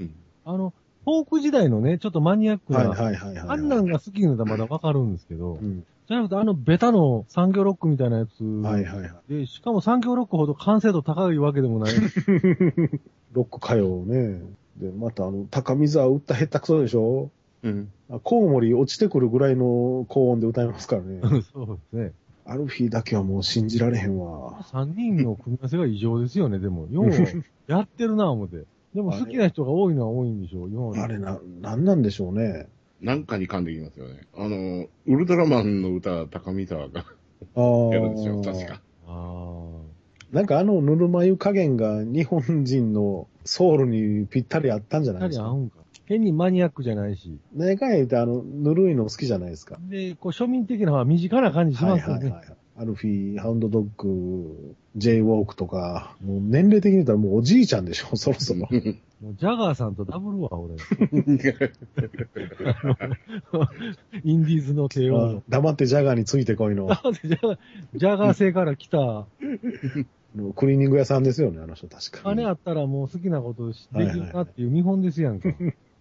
B: うん
C: あの、フォーク時代のね、ちょっとマニアックな、
E: はいはいはいはい。
C: あんなんが好きなのはまだわかるんですけど、
E: うん。
C: じゃなくてあのベタの産業ロックみたいなやつ、
E: はいはいはい。
C: で、しかも産業ロックほど完成度高いわけでも ない。
E: ロック歌謡をね。で、またあの、高見沢打った下手くそでしょ
B: うん。
E: あコウモリ落ちてくるぐらいの高音で歌いますからね。
C: そうですね。
E: アルフィーだけはもう信じられへんわ。
C: 3人の組み合わせが異常ですよね、で も。よう、やってるな、思って。でも好きな人が多いのは多いんでしょう、今まで
E: あれな、なんなんでしょうね。
B: なんかに噛んできますよね。あの、ウルトラマンの歌、高見沢が
E: あ
B: やるんですよ、確
E: あ。
B: か。
C: ああ。
E: なんかあのぬるま湯加減が日本人のソウルにぴったりあったんじゃな
C: 二
E: いです
C: 人合
E: か
C: う。んか。変にマニアックじゃないし。
E: 何やかんや言うてあの、ぬるいの好きじゃないですか。
C: で、こう庶民的なのは身近な感じし
E: は
C: ま
E: い
C: すよ
E: はい
C: ね。
E: はい。アルフィー、ハウンドドッグ、J ウォークとか、もう年齢的に言ったらもうおじいちゃんでしょ、そ ろそろ。
C: もうジャガーさんとダブルは俺。インディーズの帝王の。
E: 黙ってジャガーについてこいの、あ
C: だって ジャガージャガー星から来た
E: のクリーニング屋さんですよね、あの人確か。
C: 金あったらもう好きなことし
E: はい
C: で
E: は
C: き
E: いはい
C: るなっていう見本ですや んか。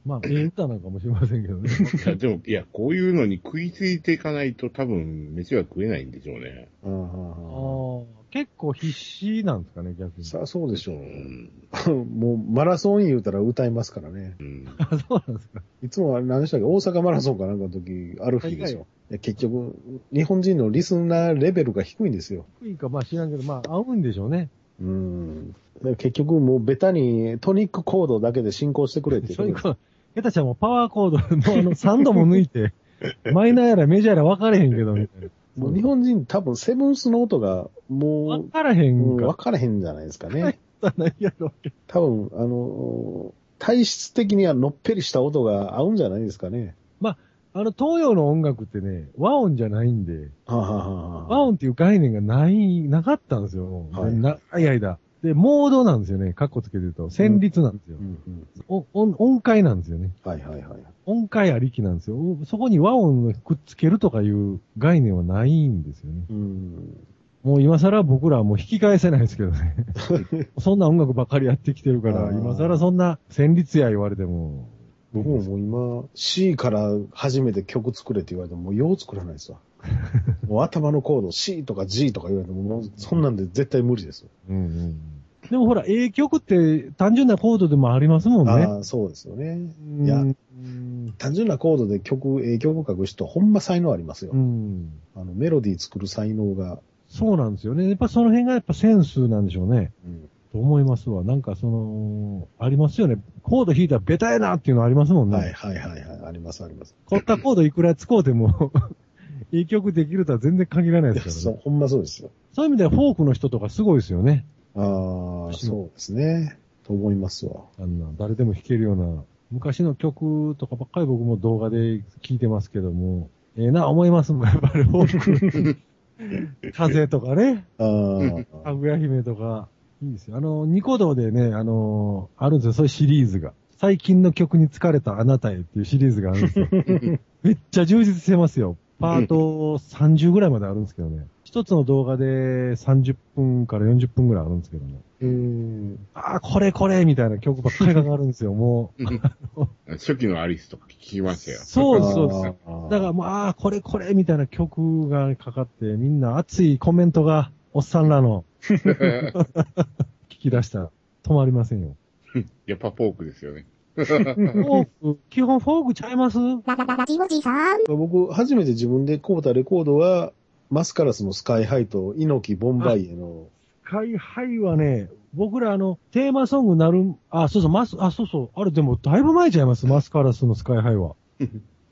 C: まあ、ええ歌なんかもしれませんけどね。
B: いや、でも、いや、こういうのに食いついていかないと多分、飯は食えないんでしょうね。
E: うんう
C: あ
E: んうん
C: ー結構必死なんですかね、逆に。
E: さあ、そうでしょ
B: う
E: う。
B: ん。
E: もう、マラソン言うたら歌いますからね。
B: うん。
C: あそうなんですか。
E: いつもあれ何でしたっけ大阪マラソンかなんかの時、アルフィーですよ。いや結局、日本人のリスナーレベルが低いんですよ。
C: 低いかまあ知らんけど、まあ合うんでしょうね。
E: うん。だから結局もうベタにトニックコードだけで進行してくれっていう
C: そ
E: こ
C: うい
E: と
C: う
E: です
C: こと。下手ちゃんもパワーコードのあの3度も抜いて、 マイナーやらメジャーやら分かれへんけど、みたいな。
E: もう日本人多分セブンスの音がも
C: 分からへ
E: う、うんん、分
C: か
E: からへんじゃないですかね。
C: ったないやろ。
E: 多分、あの、体質的にはのっぺりした音が合うんじゃないですかね。
C: あの、東洋の音楽ってね、和音じゃないんで、
E: はあ、はあは
C: 和
E: あ、
C: 音っていう概念がない、なかったんですよ。
E: はい
C: で長い間。で、モードなんですよね。カッコつけてると。旋律なんですよ
E: う。んうん。
C: お音音階なんですよね。
E: はいはいはい。
C: 音階ありきなんですよ。そこに和音をくっつけるとかいう概念はないんですよね。
E: うん。
C: もう今更僕らはもう引き返せないですけど ね。そんな音楽ばっかりやってきてるか
E: あ
C: ら、
E: ー
C: 今更そんな旋律や言われても、
E: 僕ももう今、C から初めて曲作れって言われても、もうよう作らない ですわ。もう頭のコード C とか G とか言われても、もうそんなんで絶対無理です。
B: うんうん。
C: でもほら、A 曲って単純なコードでもありますもんね。
E: ああ、そうですよね。
C: い
E: いや
C: うん。
E: 単純なコードで曲、ええ曲を書く人、ほんま才能ありますよ。
C: うん。
E: あの、メロディー作る才能が。
C: そうなんですよね。やっぱその辺がやっぱセンスなんでしょうね。
E: うん
C: と思いますわ。なんかその、ありますよね。コード弾いたらベタやなっていうのありますもんね。
E: はいはいはいはい。ありますあります。
C: 凝ったコードいくら使うても、 いい曲できるとは全然限らない
E: い
C: で
E: や
C: すからね。
E: そ
C: そう
E: う、ほんまそうですよ。
C: いう意味ではフォークの人とかすごいですよね。
E: ああ、
C: 私
E: そ
C: も
E: うですね。と思いますわ。
C: あんな、誰でも弾けるような。昔の曲とかばっかり僕も動画で聴いてますけども、ええな、思いますもん、やっぱりフォーク。風とかね。
E: あ
C: か
E: あ、
C: ぐや姫とか、いいですよ。あの、ニコ動でね、あのーあるんですよ、そういうシリーズが。最近の曲に疲れたあなたへっていうシリーズがあるんですよ。めっちゃ充実してますよ。パート30ぐらいまであるんですけどね。一つの動画で30分から40分ぐらいあるんですけどね。
E: うん。
C: ああ、これこれみたいな曲ばっかりがあるんですよ、もう。
B: 初期のアリスとか聞きましたよ。
C: そうです、そうです。
E: す
C: だからもう、ああ、これこれみたいな曲がかかって、みんな熱いコメントが、おっさんらの 聞き出したら止まりませんよ。
B: やっぱフォークですよね。
C: フォーク、基本フォークちゃいます
F: ララララジオジさん。
E: 僕、初めて自分で買うたレコードは、マスカラスのスカイハイと猪木ボンバイエの、
C: ハイハイはね、僕らあの、テーマソングなる、あ、そうそう、マス、あ、そうそう、あれでもだいぶ前ちゃいますマスカラスのスカイハイ は。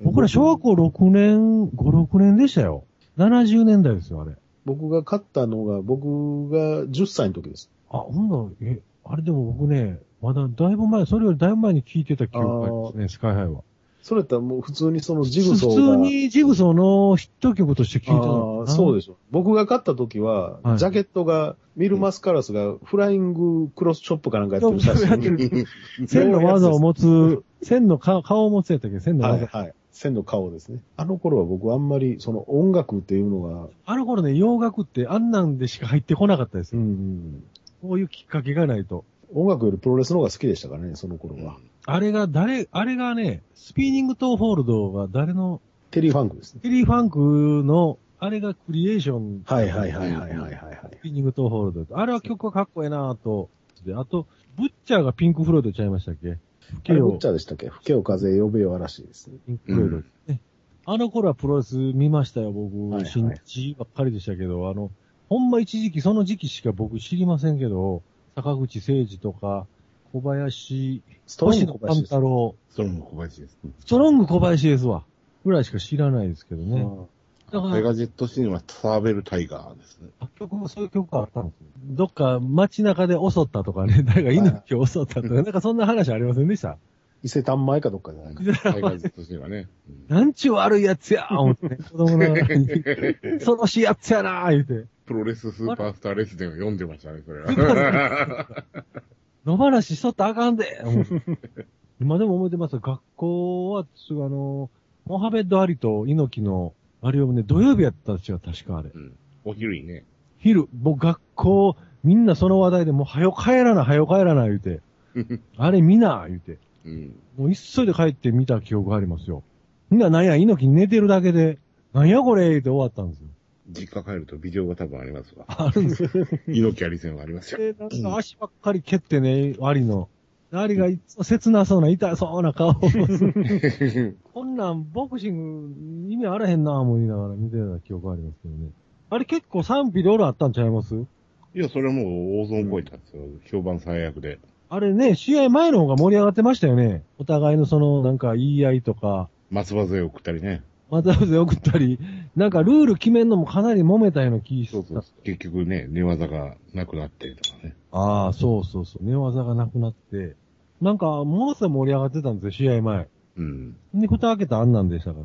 C: 僕ら小学校6年、5、6年でしたよ。70年代ですよ、あれ。
E: 僕が買ったのが、僕が10歳の時です。
C: あ、ほんなら、え、あれでも僕ね、まだだいぶ前、それよりだいぶ前に聞いてた記憶がありますね、スカイハイは。
E: それやったらもう普通にそのジグ
C: 普
E: ソーが。
C: 通にジグソーのヒット曲として聞いたの
E: あー
C: かな。
E: そう
C: で
E: でしょ。僕が買った時は、
C: はい
E: ジャケットが、ミルマスカラスがフライングクロスショップかなんかやってる写
C: やって
E: 真。
C: る線の技を持つ、線の顔顔を持つやったっけ線の
E: はい
C: 技。
E: はい。線の顔ですね。あの頃は僕あんまりその音楽っていうのが、
C: あの頃ね、洋楽ってあんなんでしか入ってこなかったです
E: う
C: よ。
E: んうん、
C: こういうきっかけがないと。
E: 音楽よりプロレスの方が好きでしたからね、その頃は。
C: あれが誰、あれがね、スピーニングトーホールドが誰の、
E: テリーファンクですね。
C: テリーファンクの、あれがクリエーション。
E: はいはいはいはいはいはい、はい。
C: スピーニングトーホールド。あれは曲がかっこええなぁと。で、あと、ブッチャーがピンクフロイドちゃいましたっけ不
E: ケ
C: 景
E: オ
C: を
E: ッチャーでしたっけ不ケオ風呼べよ嵐ですね。
C: ピンクフロイド、ねあの頃はプロレス見ましたよ、僕。
E: はいはい
C: 新地ばっかりでしたけど、あの、ほんま一時期、その時期しか僕知りませんけど、坂口誠二とか、小林、
E: ストーン
C: 星
E: の
C: 野
E: 小林
C: 勘
E: です
C: 太。郎、
B: それも小林です。
C: ストロング小林ですわ。ぐらいしか知らないですけどね。だか
B: メ
C: ら、
B: ガジェットシーンはサーベルタイガーですね。
C: 楽曲もそういう曲があったんですよ。どっか街中で襲ったとかね、 誰か猪木を襲ったとか、なんかそんな話ありませんでした
E: 伊勢丹前かどっかじゃないか。
B: メガジェットシーンはね。うん
C: なんちゅう悪いやつや思ってね、子供ながら に、恐ろしいやつやなー言うて。
B: プロレススーパースターレスでンを読んでましたね、それは。
C: 野放ししとったらあかんで。 今でも思えてますよ学校は、すぐあの、モハメッド・アリと猪木の、あれをね、土曜日やったんですよ、確かあれ。
B: お昼にね。
C: 昼、僕学校、みんなその話題でもう、早よ帰らな、早よ帰らな、言う て。あれ見な、言うて。
B: うん。
C: もう急いで帰って見た記憶がありますよ。みんななんや、猪木寝てるだけで、なんやこれ、言うて終わったんですよ。
B: 実家帰るとビデオが多分ありますわ。
C: あるんですよ
B: 猪木ありせんはありますよ。
C: で、なんか足ばっかり蹴ってね、アリの。アリがいつも切なそうな、痛そうな顔を。 こんなんボクシング意味あらへんなぁ思いながら見てた記憶ありますけどね。あれ結構賛否両論あったんちゃいます
B: いや、それはもう大損超えたんですよ。評判最悪で。
C: あれね、試合前の方が盛り上がってましたよね。お互いのその、なんか言い合いとか、
B: 松葉杖を送ったりね。
C: またで送ったり、なんかルール決めんのもかなり揉めたような気し
B: そうそう
C: た。
B: そう。結局ね、寝技がなくなってとかね。
C: ああ、そうそうそう。寝技がなくなって。なんか、ものすごい盛り上がってたんですよ、試合前。
B: うん。
C: で、蓋開けたらあんなんでしたか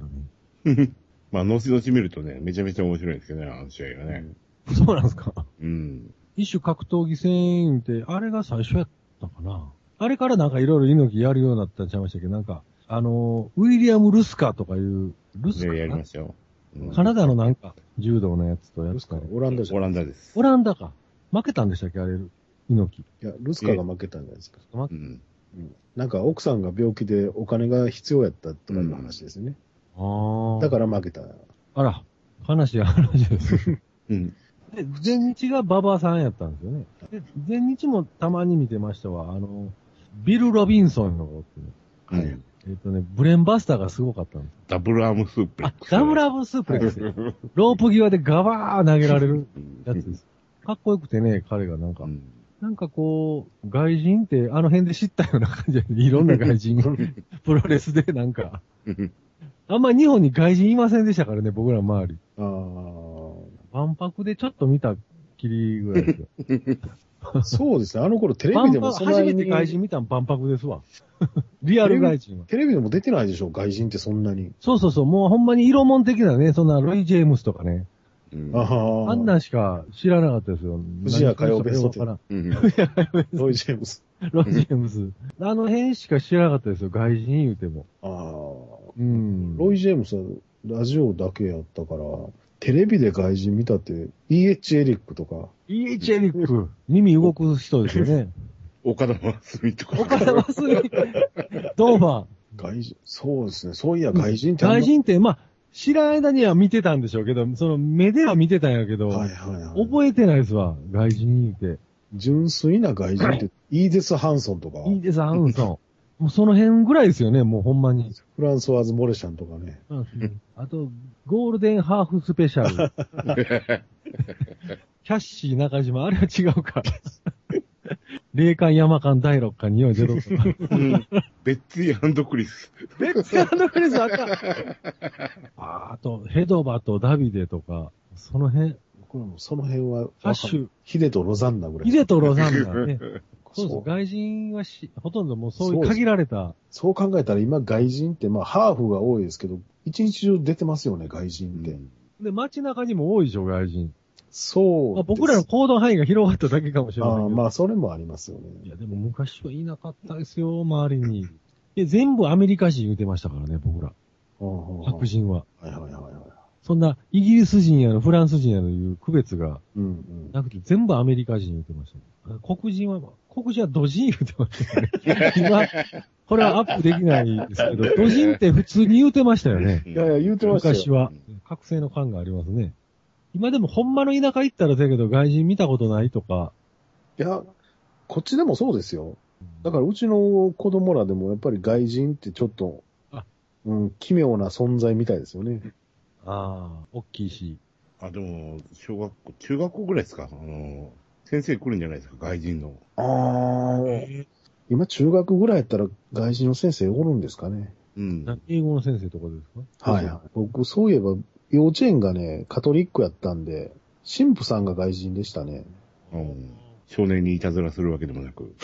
C: らね。
B: まあ、後々見るとね、めちゃめちゃ面白いんですけどね、あの試合はね。
C: そうなんですか。
B: うん。
C: 一種格闘技戦って、あれが最初やったかな。あれからなんかいろいろ猪木やるようになったんちゃいましたっけど、なんか、あの、ウィリアム・ルスカとかいう、ルスカ
B: で、やり
C: か
B: ま
C: な
B: したよ。うん
C: カナダのなんか、柔道のやつとや
E: ル
C: っ
E: ス
C: たり。
E: カオランダじゃ
B: オ
E: ん。い
B: ランダです。
C: オランダか。負けたんでしたっけあれ、猪木。
E: や、ルスカが負けたんじゃないですか。
B: うん。
E: なんか奥さんが病気でお金が必要やったとかいう話ですよね。
C: ああ。
E: だから負けた。
C: あら、話や話です。
B: うん。
C: で、前日が馬場さんやったんですよね。で、前日もたまに見てましたわ。あの、ビル・ロビンソンの方ってね
B: はい。
C: えっ、とね、ブレーンバスターがすごかったんです。
B: ダブルアームスープレッ
C: あ
B: ク、ス。
C: ダブルアブスープレックス。ロープ際でガバー投げられるやつです。かっこよくてね、彼がなんか
B: う。ん
C: なんかこう、外人ってあの辺で知ったような感じで、いろんな外 人が、プロレスでなんか、あんまり日本に外人いませんでしたからね、僕ら周り。
E: ああ。
C: 万博でちょっと見たきりぐらいです よ。
E: そうですね。あの頃テレビ
C: 万
E: で
C: 博、
E: もそんな
C: 初め
E: に
C: て外人見たの万博です わ。リアル外人は。
E: テレビでも出てないでしょ、外人ってそんなに。
C: そうそうそう、もうほんまに色物的なね、そんなロイ・ジェームスとかね。
B: うん
E: ああ。
C: あんなんしか知らなかったですよ。
E: 藤谷火曜ベストテ
C: か
E: ン
C: らん
B: うん
E: ロイ・ジェームス。
C: ロイ・ジェームス。あの辺しか知らなかったですよ、外人言うても。
E: ああ。
C: うん。
E: ロイ・ジェームスはラジオだけやったから、テレビで外人見たって、E.H. エリックとか、
C: E.H. エリック。耳動く人ですよね。
B: 岡田真澄とか。
C: 岡田真澄。ドーマ
E: 外人、そうですね。そういや、
C: ん
E: 外人
C: ー。
E: ってあんま
C: 外人って、まあ、知らん間には見てたんでしょうけど、その目では見てたんやけど、
E: はいはいはい。
C: 覚えてないですわ、外人言うて。
E: 純粋な外人って、イーデス・ハンソンとか、
C: いいです、アウンソン。もうその辺ぐらいですよね、もうほんまに。
E: フランソワーズ・モレシャンとかね。
C: あと、ゴールデンハーフスペシャル。キャッシー中島、あれは違う か。霊感山間第6巻240。
B: うんベッツィークリス。
C: レッツアンドクリスあかん。ああと、ヘドバとダビデとか、その辺、
E: 僕らもその辺はわ
C: ハ
E: か
C: ッ
E: ん、
C: シュ、
E: ヒデとロザンナぐらい。
C: ヒデとロザンナ、 ね。そうです。
E: そう
C: 外人はし、ほとんどもうそうい
E: そう
C: う
E: です
C: 限られた。
E: そう考えたら今外人って、まあハーフが多いですけど、一日中出てますよね、外人って。
C: で、街中にも多いでしょ、外人。
E: そうです。
C: まあ、僕らの行動範囲が広がっただけかもしれませ
E: あ
C: ん
E: あ
C: けど。
E: まあそれもありますよね
C: い。や、でも昔はいなかったですよ、周りに。で、全部アメリカ人言うてましたからね、僕ら。
E: うんうんうん
C: 白人は。
E: はいはいはいはい。
C: そんな、イギリス人やの、フランス人やのいう区別が
E: うんうん。
C: なくて、全部アメリカ人言ってましたね。黒人は、黒人は土人言ってましたね。今、これはアップできないです けど、土人って普通に言うてましたよね。
E: いやいや、言うてましたよ。
C: 昔は。覚醒の感がありますね。今でもほんまの田舎行ったらだけど、外人見たことないとか。
E: いや、こっちでもそうですよ。だからうちの子供らでもやっぱり外人ってちょっと
C: あ、
E: うん、奇妙な存在みたいですよね。
C: ああ、大きいし。
B: あ、でも、小学校、中学校ぐらいですかあの、先生来るんじゃないですか外人の。
E: ああ。今中学ぐらいやったら外人の先生おるんですかね。
B: うん。
C: な英語の先生とかですか
E: はいはい。僕そういえば幼稚園がね、カトリックやったんで、神父さんが外人でしたね。
B: うん少年にいたずらするわけでもなく。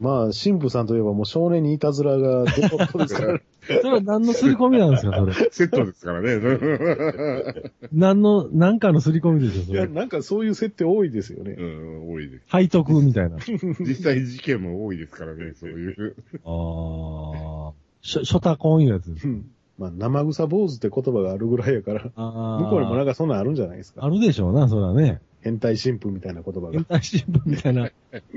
E: まあ、神父さんといえばもう少年にいたずらがデフォルトですから。
C: それは何の刷り込みなんですか、それ。
B: セットですから ね。
C: 何の、何かの刷り込みでしょ、そ
E: いや、
C: れ。
E: なんか そういう設定多いですよね。
B: うん、多いで
C: 背徳みたいな。あ
B: す。実際事件も多いですからね、そういう。
C: あ。ショタコンいうやつ。
E: まあ、生臭坊主って言葉があるぐらいやから、
C: ああ
E: 向こうにもなんかそんなんあるんじゃないですか。
C: あるでしょうな、そらね。
E: 変態神父みたいな言葉
C: 変
E: が。
C: 態新聞みたいな。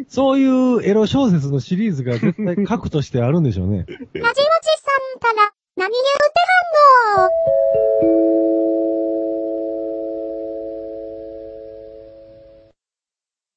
C: そういうエロ小説のシリーズが絶対核としてあるんでしょう
F: ラ
C: ね。
F: ジオチさんから、何言う